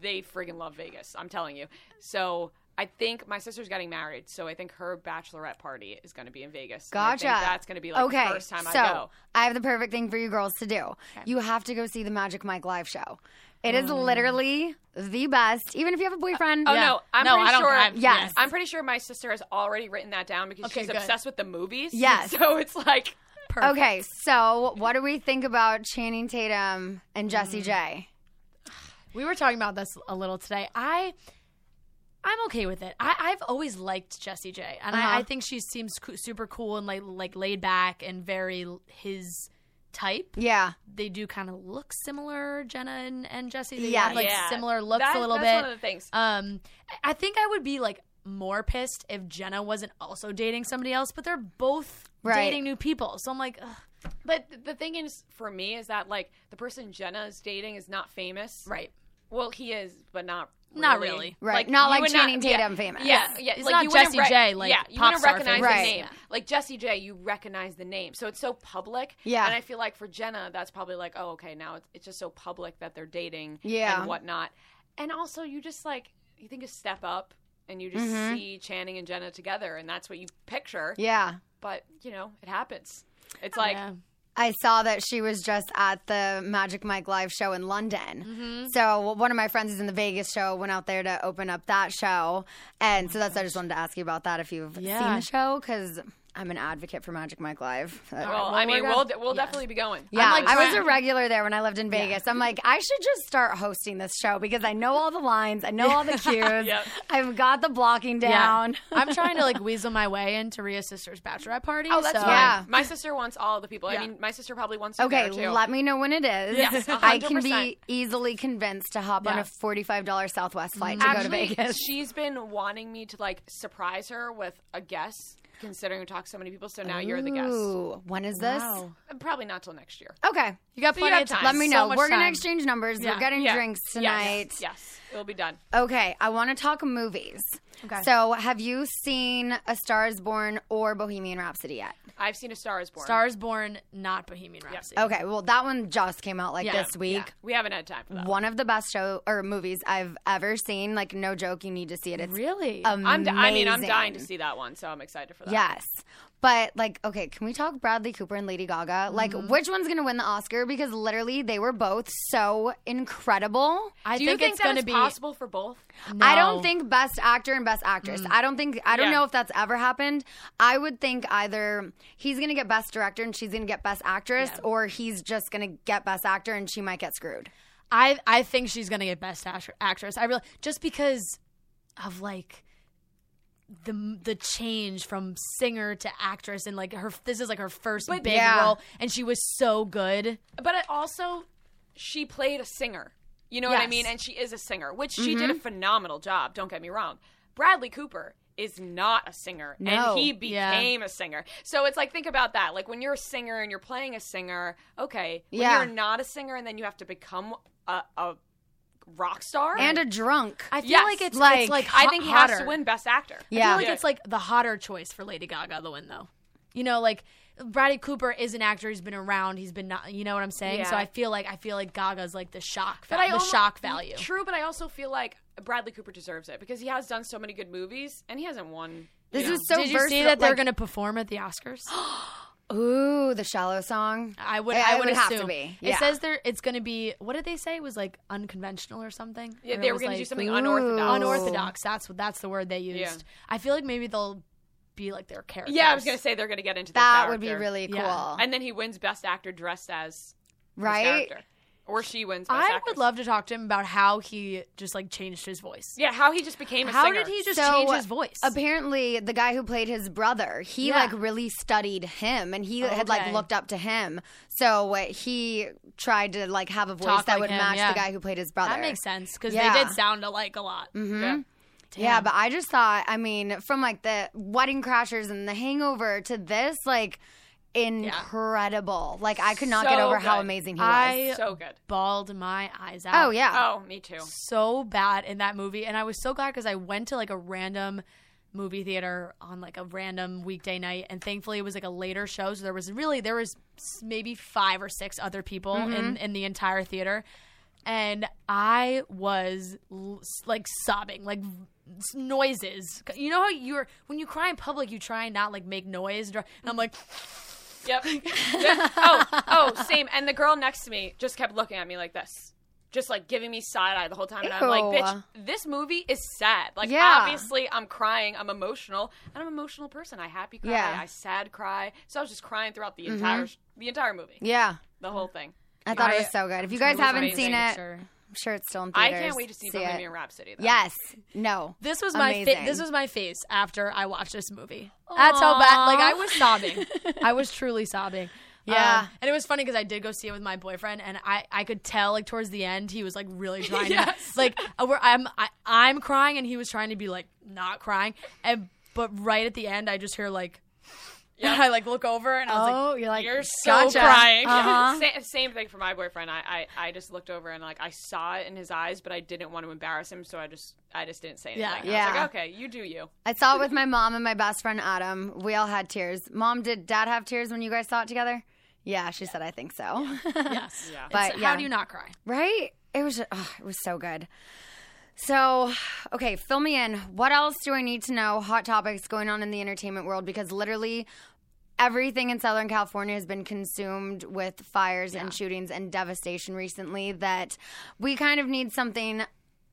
F: they friggin' love Vegas. I'm telling you. So I think my sister's getting married. So I think her bachelorette party is going to be in Vegas. And I think
C: Gotcha.
F: that's going to be like
C: okay.
F: the first time
C: so,
F: I go.
C: have the perfect thing for you girls to do. You have to go see the Magic Mike live show. It is literally the best. Even if you have a boyfriend.
F: Mm. Oh no! I'm
G: No,
F: pretty
G: I don't-
F: sure.
G: I'm-
C: Yes.
F: I'm pretty sure my sister has already written that down because
G: Okay,
F: she's
G: good.
F: obsessed with the movies.
C: Yes.
F: *laughs* So it's like
G: Perfect.
C: Okay, so what do we think about Channing Tatum and
F: Mm.
C: Jesse J?
G: we were talking about this a little today. I I'm okay with it. I, I've always liked Jessie J, and
C: Uh-huh.
G: I, I think she seems coo- super cool and like like laid back and very l- his type.
C: Yeah.
G: They do kind of look similar, Jenna and, and Jesse. They
C: Yes.
G: have like
F: Yeah.
G: similar looks
F: That-
G: a little
F: that's
G: bit.
F: one of the things.
G: Um, I I think I would be like more pissed if Jenna wasn't also dating somebody else, but they're both
C: Right.
G: dating new people. So I'm like, ugh.
F: But th- the thing is, for me, is that like the person Jenna is dating is not famous.
G: right.
F: Well, he is, but not. Really.
G: Not really.
C: Right. Not
F: you
C: like
F: would
C: Channing Tatum
F: yeah,
C: famous.
F: Yeah, yeah.
G: He's
F: like,
G: not
F: you wouldn't
G: Jessie J, like,
F: yeah, you
G: pop
F: wouldn't
G: star
F: recognize
C: famous.
F: the
C: Right.
F: name.
G: Yeah.
F: Like Jesse J, you recognize the name, so it's so public.
C: Yeah.
F: And I feel like for Jenna, that's probably like, oh, okay, now it's, it's just so public that they're dating.
C: Yeah.
F: And whatnot, and also you just like you think of Step Up, and you just see Channing and Jenna together, and that's what you picture.
C: Mm-hmm. Yeah.
F: But you know, it happens. It's like.
G: Yeah.
C: I saw that she was just at the Magic Mike live show in London.
F: Mm-hmm.
C: So one of my friends is in the Vegas show, went out there to open up that show.
F: Oh
C: And so that's, I just wanted to ask you about that if you've seen
G: Yeah.
C: the show, because I'm an advocate for Magic Mike Live.
F: Well,
C: Uh,
F: I mean,
C: we're
F: we'll
C: gonna-
F: de- we'll definitely be going.
C: yeah, I was a regular there when I lived in Vegas. I'm like, I should just start hosting this show because I know all the lines, I know all
F: *laughs*
C: the cues,
G: Yep.
C: I've got the blocking
G: Yeah.
C: down.
G: *laughs* I'm trying to
F: *laughs*
G: like weasel my way into Rhea's sister's bachelorette party.
F: Oh, that's
G: so.
F: fine. My sister wants all the people. I mean, my sister probably wants you
C: Okay,
F: there too.
C: let me know when it is. *laughs*
F: Yes,
C: I can
F: 100%.
C: be easily convinced to hop on
F: Yeah.
C: a forty-five dollars Southwest flight to
F: Actually,
C: go to Vegas.
F: she's been wanting me to like surprise her with a guest, considering we talk to so many people. So now you're the guest.
C: Ooh, when is this?
F: Wow. Probably not till next year.
C: Okay,
G: you got
F: So you plenty have of time. time.
C: Let me
F: So
C: know.
F: much
C: We're gonna
F: time.
C: exchange numbers. We're
F: Yeah.
C: getting
F: Yeah.
C: drinks
F: Yes.
C: tonight.
F: Yes, it'll be done.
C: Okay, I want to talk movies.
F: Okay.
C: So, have you seen A Star Is Born or Bohemian Rhapsody yet?
F: I've seen A Star Is Born.
G: Star is Born, not Bohemian Rhapsody.
C: Okay, well, that one just came out like
F: Yeah,
C: this week.
F: yeah. We haven't had time for that.
C: One of the best show or movies I've ever seen. Like, no joke, you need to see it. It's
G: really
C: amazing.
F: I'm d- I mean, I'm dying to see that one, so I'm excited for that.
C: Yes. But like, okay, can we talk Bradley Cooper and Lady Gaga? Like,
G: Mm-hmm.
C: which one's gonna win the Oscar? Because literally, they were both so incredible.
G: I
F: Do you think,
G: it's
F: that
G: going to
F: it's
G: be
F: possible for both?
C: I
G: No. Mm-hmm.
C: don't think Best Actor and Best Actress. I don't think I don't
F: Yeah.
C: know if that's ever happened. I would think either he's gonna get Best Director and she's gonna get Best Actress, or he's just gonna get Best Actor and she might get screwed.
G: I I think she's gonna get best Act- actress. I really just because of like the the change from singer to actress and like her this is like her first
F: But-
G: big
F: Yeah.
G: role and she was so good.
F: But it also, she played a singer. You know what I
G: Yes. Mm-hmm.
F: mean? And she is a singer, which she did a phenomenal job. Don't get me wrong. Bradley Cooper is not a singer,
G: No.
F: and he
G: Yeah.
F: became a singer. So it's like think about that. Like when you're a singer and you're playing a singer, okay. When
C: Yeah.
F: you're not a singer, and then you have to become a, a rock star
C: And a drunk.
G: I feel
F: Yes.
G: like it's
C: Like,
G: it's like
F: I
G: ho-
F: think he
G: hotter.
F: has to win Best Actor.
G: I feel
C: Yeah.
G: like it's like the hotter choice for Lady Gaga the win though. You know, like Bradley Cooper is an actor. He's been around. He's been not. You know what I'm saying? So
F: Yeah.
G: I feel like I feel like Gaga's like the shock.
F: But
G: va-
F: I
G: the
F: almo-
G: shock value.
F: True, but I also feel like Bradley Cooper deserves it because he has done so many good movies and he hasn't won.
C: This
F: you know.
C: is so.
G: Did you see
C: versatile.
G: that they're
C: Like,
G: gonna perform at the Oscars?
C: Ooh, the shallow song.
G: I would.
C: It-
G: I
C: it
G: would,
C: have
G: assume.
C: to be.
G: It
C: Yeah.
G: says there. It's going to be. What did they say? It was like unconventional or something.
F: Yeah,
G: Or
F: they
G: it
F: were
G: was,
F: going to do
G: like,
F: something
C: Ooh.
F: unorthodox.
G: unorthodox. That's what. That's the word they used.
F: Yeah.
G: I feel like maybe they'll be like their characters.
F: Yeah, I was going to say they're going to get into their
C: That would be
F: character.
C: really cool.
G: Yeah.
F: And then he wins Best Actor dressed as his
C: right?
F: character. or she wins. Best
G: I
F: Actress.
G: would love to talk to him about how he just like changed his voice.
F: Yeah, how he just became a
G: How
F: singer.
G: did he just
C: So,
G: change his voice?
C: Apparently, the guy who played his brother, he
G: Yeah. Oh,
C: like really studied him, and he had like
G: Okay.
C: looked up to him. So uh, he tried to like have a voice
G: Talk
C: that
G: like
C: would
G: him,
C: match
G: yeah.
C: the guy who played his brother.
G: that makes sense because they
C: Yeah.
G: did sound alike a lot.
F: Yeah.
G: Mm-hmm.
C: Yeah, but I just thought, I mean, from like the Wedding Crashers and The Hangover to this, like incredible. Like I could not get
F: So
C: over how
F: good.
C: amazing he
G: I uh,
C: was.
F: So good.
G: bawled my eyes out.
C: Oh yeah.
F: Oh, me too.
G: so bad in that movie and i was so glad because i went to like a random movie theater on like a random weekday night and thankfully it was like a later show so there was really there was s- maybe five or six other people in, in the entire theater and i was l- s- like sobbing like v- s- noises you know how you're when you cry in public you try and not like make noise and i'm like
C: *laughs*
F: Yep. Yeah. oh, oh, same. And the girl next to me just kept looking at me like this. Just like giving me side eye the whole time. And I'm like, bitch, this movie is sad. Like,
C: Yeah.
F: obviously, I'm crying. I'm emotional. And I'm an emotional person. I happy cry.
C: Yeah. Mm-hmm.
F: I sad cry. So I was just crying throughout the entire the entire movie.
C: yeah.
F: The whole thing.
C: I thought
G: I-
C: it was so good. If you guys
F: was
C: haven't
F: amazing.
C: seen it,
G: Sure.
C: I'm sure it's still in
F: I
C: theaters.
F: can't wait to see,
C: it.
F: Bohemian Rhapsody. Though.
C: Yes. No.
G: This was my fa-
C: Amazing.
G: this was my face after I watched this movie. That's how bad. Like I was
C: *laughs*
G: sobbing. I was truly
F: *laughs*
G: sobbing.
C: Yeah.
G: Um, and it was funny because I did go see it with my boyfriend, and I, I could tell like towards the end he was like
F: *laughs*
G: really trying
F: Yes.
G: to like uh, where I'm I, I'm crying and he was trying to be like not crying, and but right at the end I just hear like *laughs* I like look over and I was like Uh-huh.
C: Oh, you're like
F: You're so crying. *laughs* Sa- same thing for my boyfriend. I, I, I just looked over and like I saw it in his eyes, but I didn't want to embarrass him, so I just I just didn't say anything.
G: Yeah.
F: I was
C: Yeah.
F: like, okay, you do you.
C: *laughs* I saw it with my mom and my best friend Adam. We all had tears. Mom, did dad have tears when you guys saw it together? Yeah, she said, I think so. *laughs*
G: yes,
F: Oh. Yeah.
C: But
G: It's-
C: yeah.
G: how do you not cry?
C: right? It was, oh, it was so good. So, okay, fill me in. What else do I need to know? Hot topics going on in the entertainment world because literally everything in Southern California has been consumed with fires and shootings and devastation recently that we kind of need something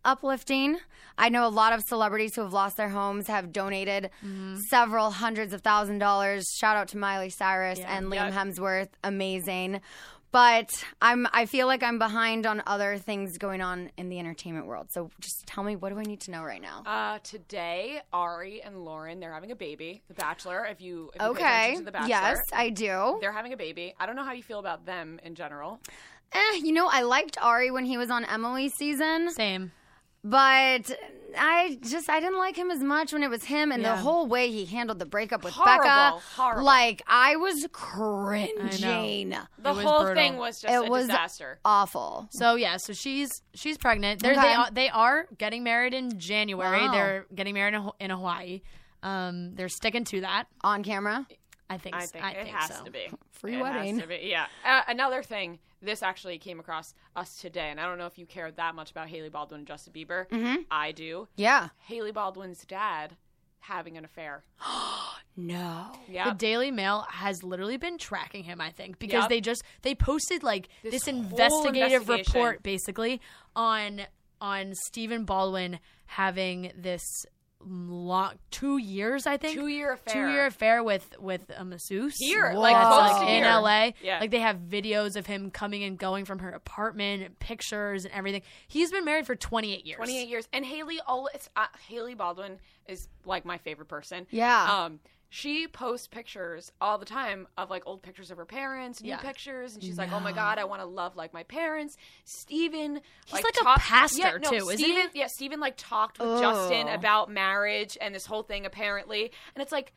C: uplifting. I know a lot of celebrities who have lost their homes have donated
F: Mm-hmm.
C: several hundreds of thousand dollars. Shout out to Miley Cyrus and Liam Hemsworth. Amazing. But I'm I feel like I'm behind on other things going on in the entertainment world. So just tell me what do I need to know right now?
F: Uh, today, Ari and Lauren, they're having a baby. The Bachelor, if you if you pay
C: Okay.
F: attention to the Bachelor,
C: Yes, I do.
F: They're having a baby. I don't know how you feel about them in general.
C: Eh, you know, I liked Ari when he was on Emily's season.
G: Same.
C: But I just I didn't like him as much when it was him and
G: Yeah.
C: the whole way he handled the breakup with
F: Horrible,
C: Becca.
F: horrible.
C: Like I was cringing.
F: The
G: was
F: whole
G: brutal.
F: thing was just
C: It
F: a
C: was
F: disaster.
C: awful.
G: So yeah, so she's she's pregnant. They're,
C: Okay.
G: They are, they are getting married in January.
C: Wow.
G: They're getting married in, Ho- in Hawaii. Um, they're sticking to that.
C: On camera?
G: I think.
F: I
G: s-
F: think
G: I
F: it
G: think
F: has
G: so.
F: to be
C: Free
F: It has
C: wedding.
F: to be, Yeah. Uh, another thing, this actually came across us today, and I don't know if you care that much about Haley Baldwin and Justin Bieber. I do.
C: Mm-hmm. Yeah.
F: Haley Baldwin's dad having an affair.
C: No.
F: Yeah.
G: The Daily Mail has literally been tracking him, I think, because
F: Yep.
G: they just they posted like
F: This
G: this,
F: whole
G: investigative
F: investigation.
G: report basically on on Stephen Baldwin having this long two years, I think.
F: Two year affair.
G: Two year affair with with a masseuse
F: Here, like
G: That's,
F: close
G: like,
F: to
G: in
F: here.
G: LA.
F: Yeah.
G: Like they have videos of him coming and going from her apartment, and pictures and everything. He's been married for 28 years.
F: 28 years. And Haley always, uh, Haley Baldwin is like my favorite person.
C: Yeah.
G: Ah.
F: Um, she posts pictures all the time of like old pictures of her parents, new
G: Yeah.
F: pictures, and she's like, "Oh my god, I want to love like my parents." Steven, he's
G: like a pastor,
F: yeah, no,
G: too, isn't he? Oh.
F: Steven- Yeah, Steven like talked with Justin about marriage and this whole thing apparently, and it's like,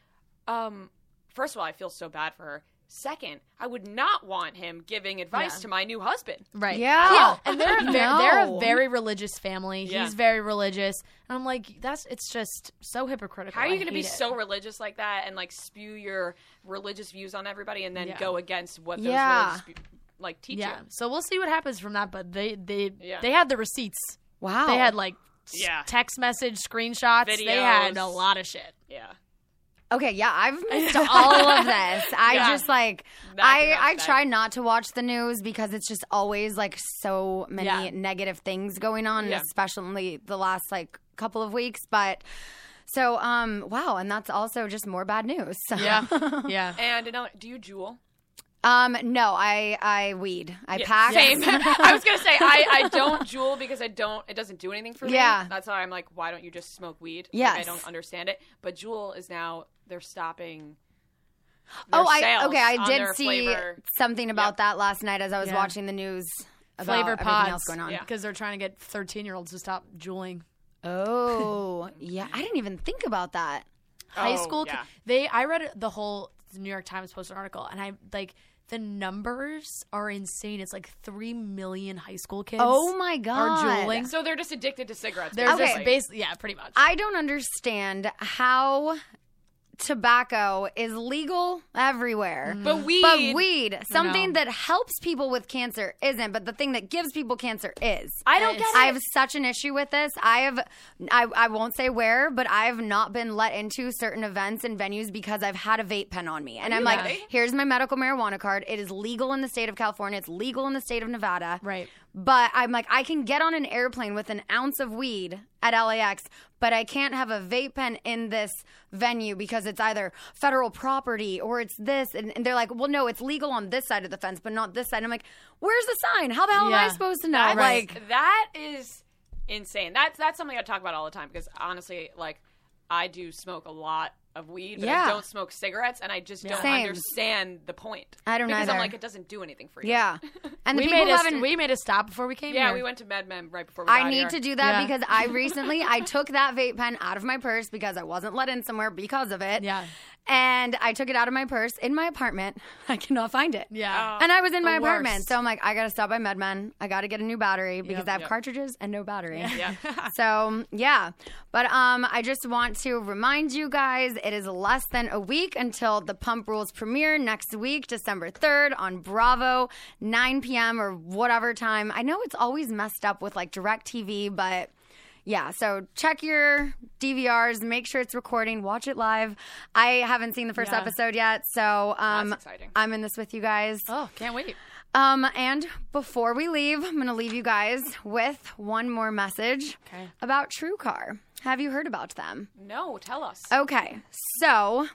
F: um, first of all, I feel so bad for her. Second, I would not want him giving advice to my new husband.
G: Right.
C: Yeah.
G: And they're
C: No.
G: ve- they're a very religious family.
F: Oh. Yeah.
G: He's very religious. And I'm like, that's it's just so hypocritical.
F: How
G: Oh,
F: are
G: I
F: you going to
G: hate
F: be
G: it.
F: so religious like that and like spew your religious views on everybody and then
G: Yeah.
F: go against what those
C: Yeah.
F: religious view- like teach
G: Yeah.
F: you?
G: So we'll see what happens from that. But they they
F: Yeah. Oh.
G: they had the receipts.
C: Wow.
G: They had like s-
F: Yeah.
G: text message screenshots. They had a
F: Videos.
G: lot of
F: *laughs*
G: shit.
F: Yeah.
C: Okay, yeah, I've
F: *laughs*
C: missed all of this. I
F: Yeah.
C: just like
F: That I
C: I
F: can
C: I
F: upset.
C: try not to watch the news because it's just always like so many
G: Yeah.
C: negative things going on, and
F: Yeah.
C: especially the last like couple of weeks. But so um wow, and that's also just more bad news.
G: Yeah. yeah.
F: And another, do you jewel?
C: *laughs* um no, I I weed. I
F: Yeah,
C: pack. *laughs*
F: Same. *laughs* I was gonna say I, I don't jewel because I don't. It doesn't do anything for me.
C: Yeah.
F: That's why I'm like, why don't you just smoke weed? Yeah.
C: Yes.
F: I don't understand it. But jewel is now they're stopping. their
C: Oh, I
F: sales
C: okay, I
F: on
C: did
F: their
C: see
F: flavor.
C: something about that last night as I was
G: Yeah.
C: watching the news about
G: Flavor
C: everything
G: pods
C: else going on.
F: Yeah.
G: because they're trying to get 13 year olds to stop juuling.
C: Oh, yeah, I didn't even think about that.
G: high
F: Oh,
G: school ki-
F: yeah.
G: they i read the whole new york times posted an article and i like the numbers are insane it's like 3 million high school kids
C: Oh my god.
G: are juuling
F: So they're just addicted to cigarettes.
G: they're
C: Okay.
G: just basically yeah pretty much
C: I don't understand how tobacco is legal everywhere.
F: but Mm. weed.
C: But weed, something that helps people with cancer, isn't. But the thing that gives people cancer is.
F: I don't get
C: I
F: it.
C: have such an issue with this. I have, I, I won't say where, but I have not been let into certain events and venues because I've had a vape pen on me, and I'm like,
F: kidding?
C: here's my medical marijuana card. It is legal in the state of California. It's legal in the state of Nevada.
G: Right.
C: But I'm like, I can get on an airplane with an ounce of weed at LAX, but I can't have a vape pen in this venue because it's either federal property or it's this. And, and they're like, well, no, it's legal on this side of the fence, but not this side. I'm like, where's the sign? How the hell am I
G: Yeah.
C: supposed to know?
F: That's,
C: Like,
F: that is insane. That's that's something I talk about all the time because honestly, like I do smoke a lot of weed, but
C: Yeah.
F: I don't smoke cigarettes, and I just don't
C: Same.
F: understand the point.
C: I don't
F: because
C: either.
F: I'm like it doesn't do anything for you.
C: yeah. And the
G: we
C: people
G: made a
C: haven't.
G: we made a stop before we came
F: yeah.
G: here.
F: We went to MedMem right before we
C: I
F: got
C: need
F: here. Oh.
C: to do that
G: Yeah.
C: because
G: *laughs*
C: I recently I took that vape pen out of my purse because I wasn't let in somewhere because of it.
G: Yeah.
C: And I took it out of my purse in my apartment. *laughs* I cannot find it.
G: Yeah.
C: And I was in my
G: the
C: apartment.
G: worst.
C: So I'm like, I gotta stop by MedMen. I gotta get a new battery because I have cartridges and no battery.
F: Yeah.
C: *laughs* so yeah. But um I just want to remind you guys it is less than a week until the Pump Rules premiere next week, December third on Bravo, 9 p.m. or whatever time. I know it's always messed up with like direct TV, but Yeah, so check your DVRs, make sure it's recording, watch it live. I haven't seen the first
F: Yeah.
C: episode yet, so um,
F: That's exciting.
C: I'm in this with you guys.
G: Oh, can't wait.
C: Um, and before we leave, I'm going to leave you guys with one more message about True Car. Have you heard about them?
F: No, tell us.
C: Okay, so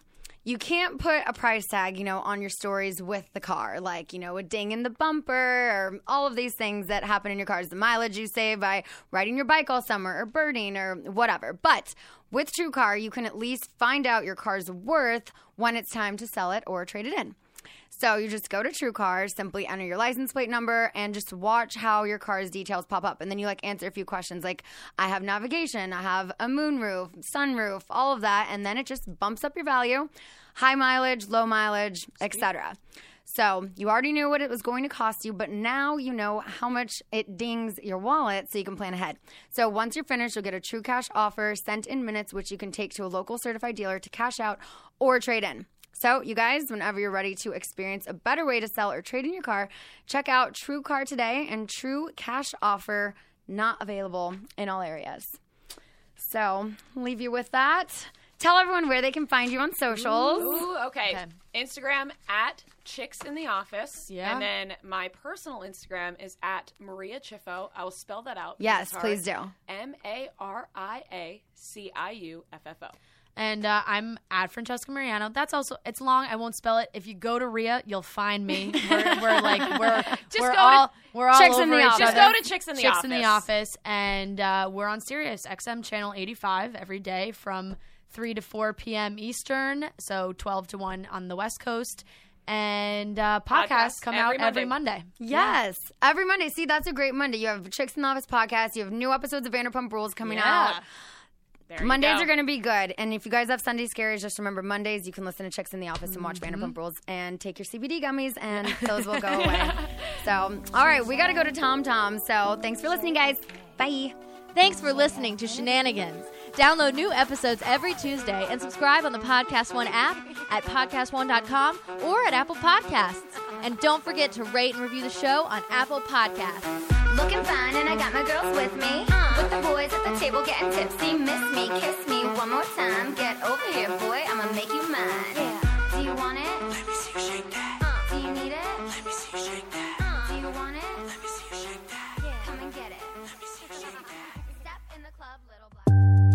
C: you can't put a price tag, you know, on your stories with the car, like you know, a ding in the bumper, or all of these things that happen in your cars, the mileage you save by riding your bike all summer, or birding, or whatever. But with True Car, you can at least find out your car's worth when it's time to sell it or trade it in. So you just go to True Car, simply enter your license plate number, and just watch how your car's details pop up. And then you like answer a few questions like, I have navigation, I have a moonroof, sunroof, all of that. And then it just bumps up your value, high mileage, low mileage, etc. So you already knew what it was going to cost you, but now you know how much it dings your wallet so you can plan ahead. So once you're finished, you'll get a true cash offer sent in minutes, which you can take to a local certified dealer to cash out or trade in. So, you guys, whenever you're ready to experience a better way to sell or trade in your car, check out True Car today and True Cash Offer not available in all areas. So, leave you with that. Tell everyone where they can find you on socials.
F: Ooh, okay. Instagram at chicks in the office.
C: Yeah.
F: And then my personal Instagram is at Maria Chiffo. I will spell that out.
C: Yes, please do.
F: M A R I A C I U F F O.
G: And uh, I'm at Francesca Mariano. That's also it's long. I won't spell it. If you go to Ria, you'll find me.
F: *laughs*
G: We're, we're like we're
F: Just
G: we're
F: go to-
G: all we're all
F: Chicks
G: over
F: in the
G: each
F: Office. Just
G: other.
F: go to Chicks in the
G: Chicks in the
F: Office.
G: office, and uh, we're on Sirius XM channel 85 every day from 3 to 4 p.m. Eastern, so 12 to 1 on the West Coast. And uh, podcasts
C: Podcasts
G: come
C: every
G: out every Monday.
C: Yes, every Monday. See, that's a great Monday. You have Chicks in the Office podcast. You have new episodes of Vanderpump Rules coming
G: Yeah.
C: out.
F: There you
C: Mondays
F: go.
C: are going to be good. And if you guys have Sunday scaries, just remember Mondays you can listen to Chicks in the Office and watch
F: Mm-hmm.
C: Vanderpump Rules and take your CBD gummies,
F: *laughs*
C: and those will go away. So, all right, we got to go to Tom Tom. So, thanks for listening, guys. Bye.
E: Thanks for listening to Shenanigans. Download new episodes every Tuesday and subscribe on the Podcast One app at podcastone.com or at Apple Podcasts. And don't forget to rate and review the show on Apple Podcasts.
C: Looking fine, and I got my girls with me. With the boys at the table getting tipsy. Miss me, kiss me one more time. Get over here, boy. I'm going to make you mine. Do you want it? Let me see you shake that. do you need it? Let me see you shake that. do you want it? Let me see you shake that. Come and get it. Let me see you shake that. Step in the club, little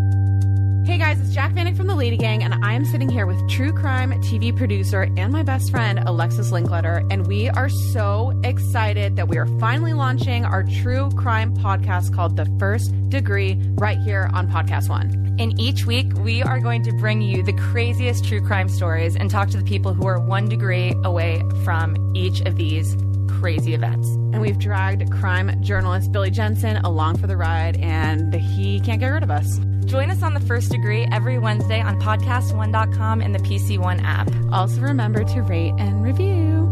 H: Hey guys, it's Jack Vanek from the Lady Gang, and I am sitting here with true crime TV producer and my best friend, Alexis Linkletter, and we are so excited that we are finally launching our true crime podcast called The First Degree right here on Podcast One.
I: And each week, we are going to bring you the craziest true crime stories and talk to the people who are one degree away from each of these crazy events.
H: And we've dragged crime journalist Billy Jensen along for the ride, and he can't get rid of us.
I: Join us on The First Degree every Wednesday on podcast1.com and the PC One app.
H: Also, remember to rate and review.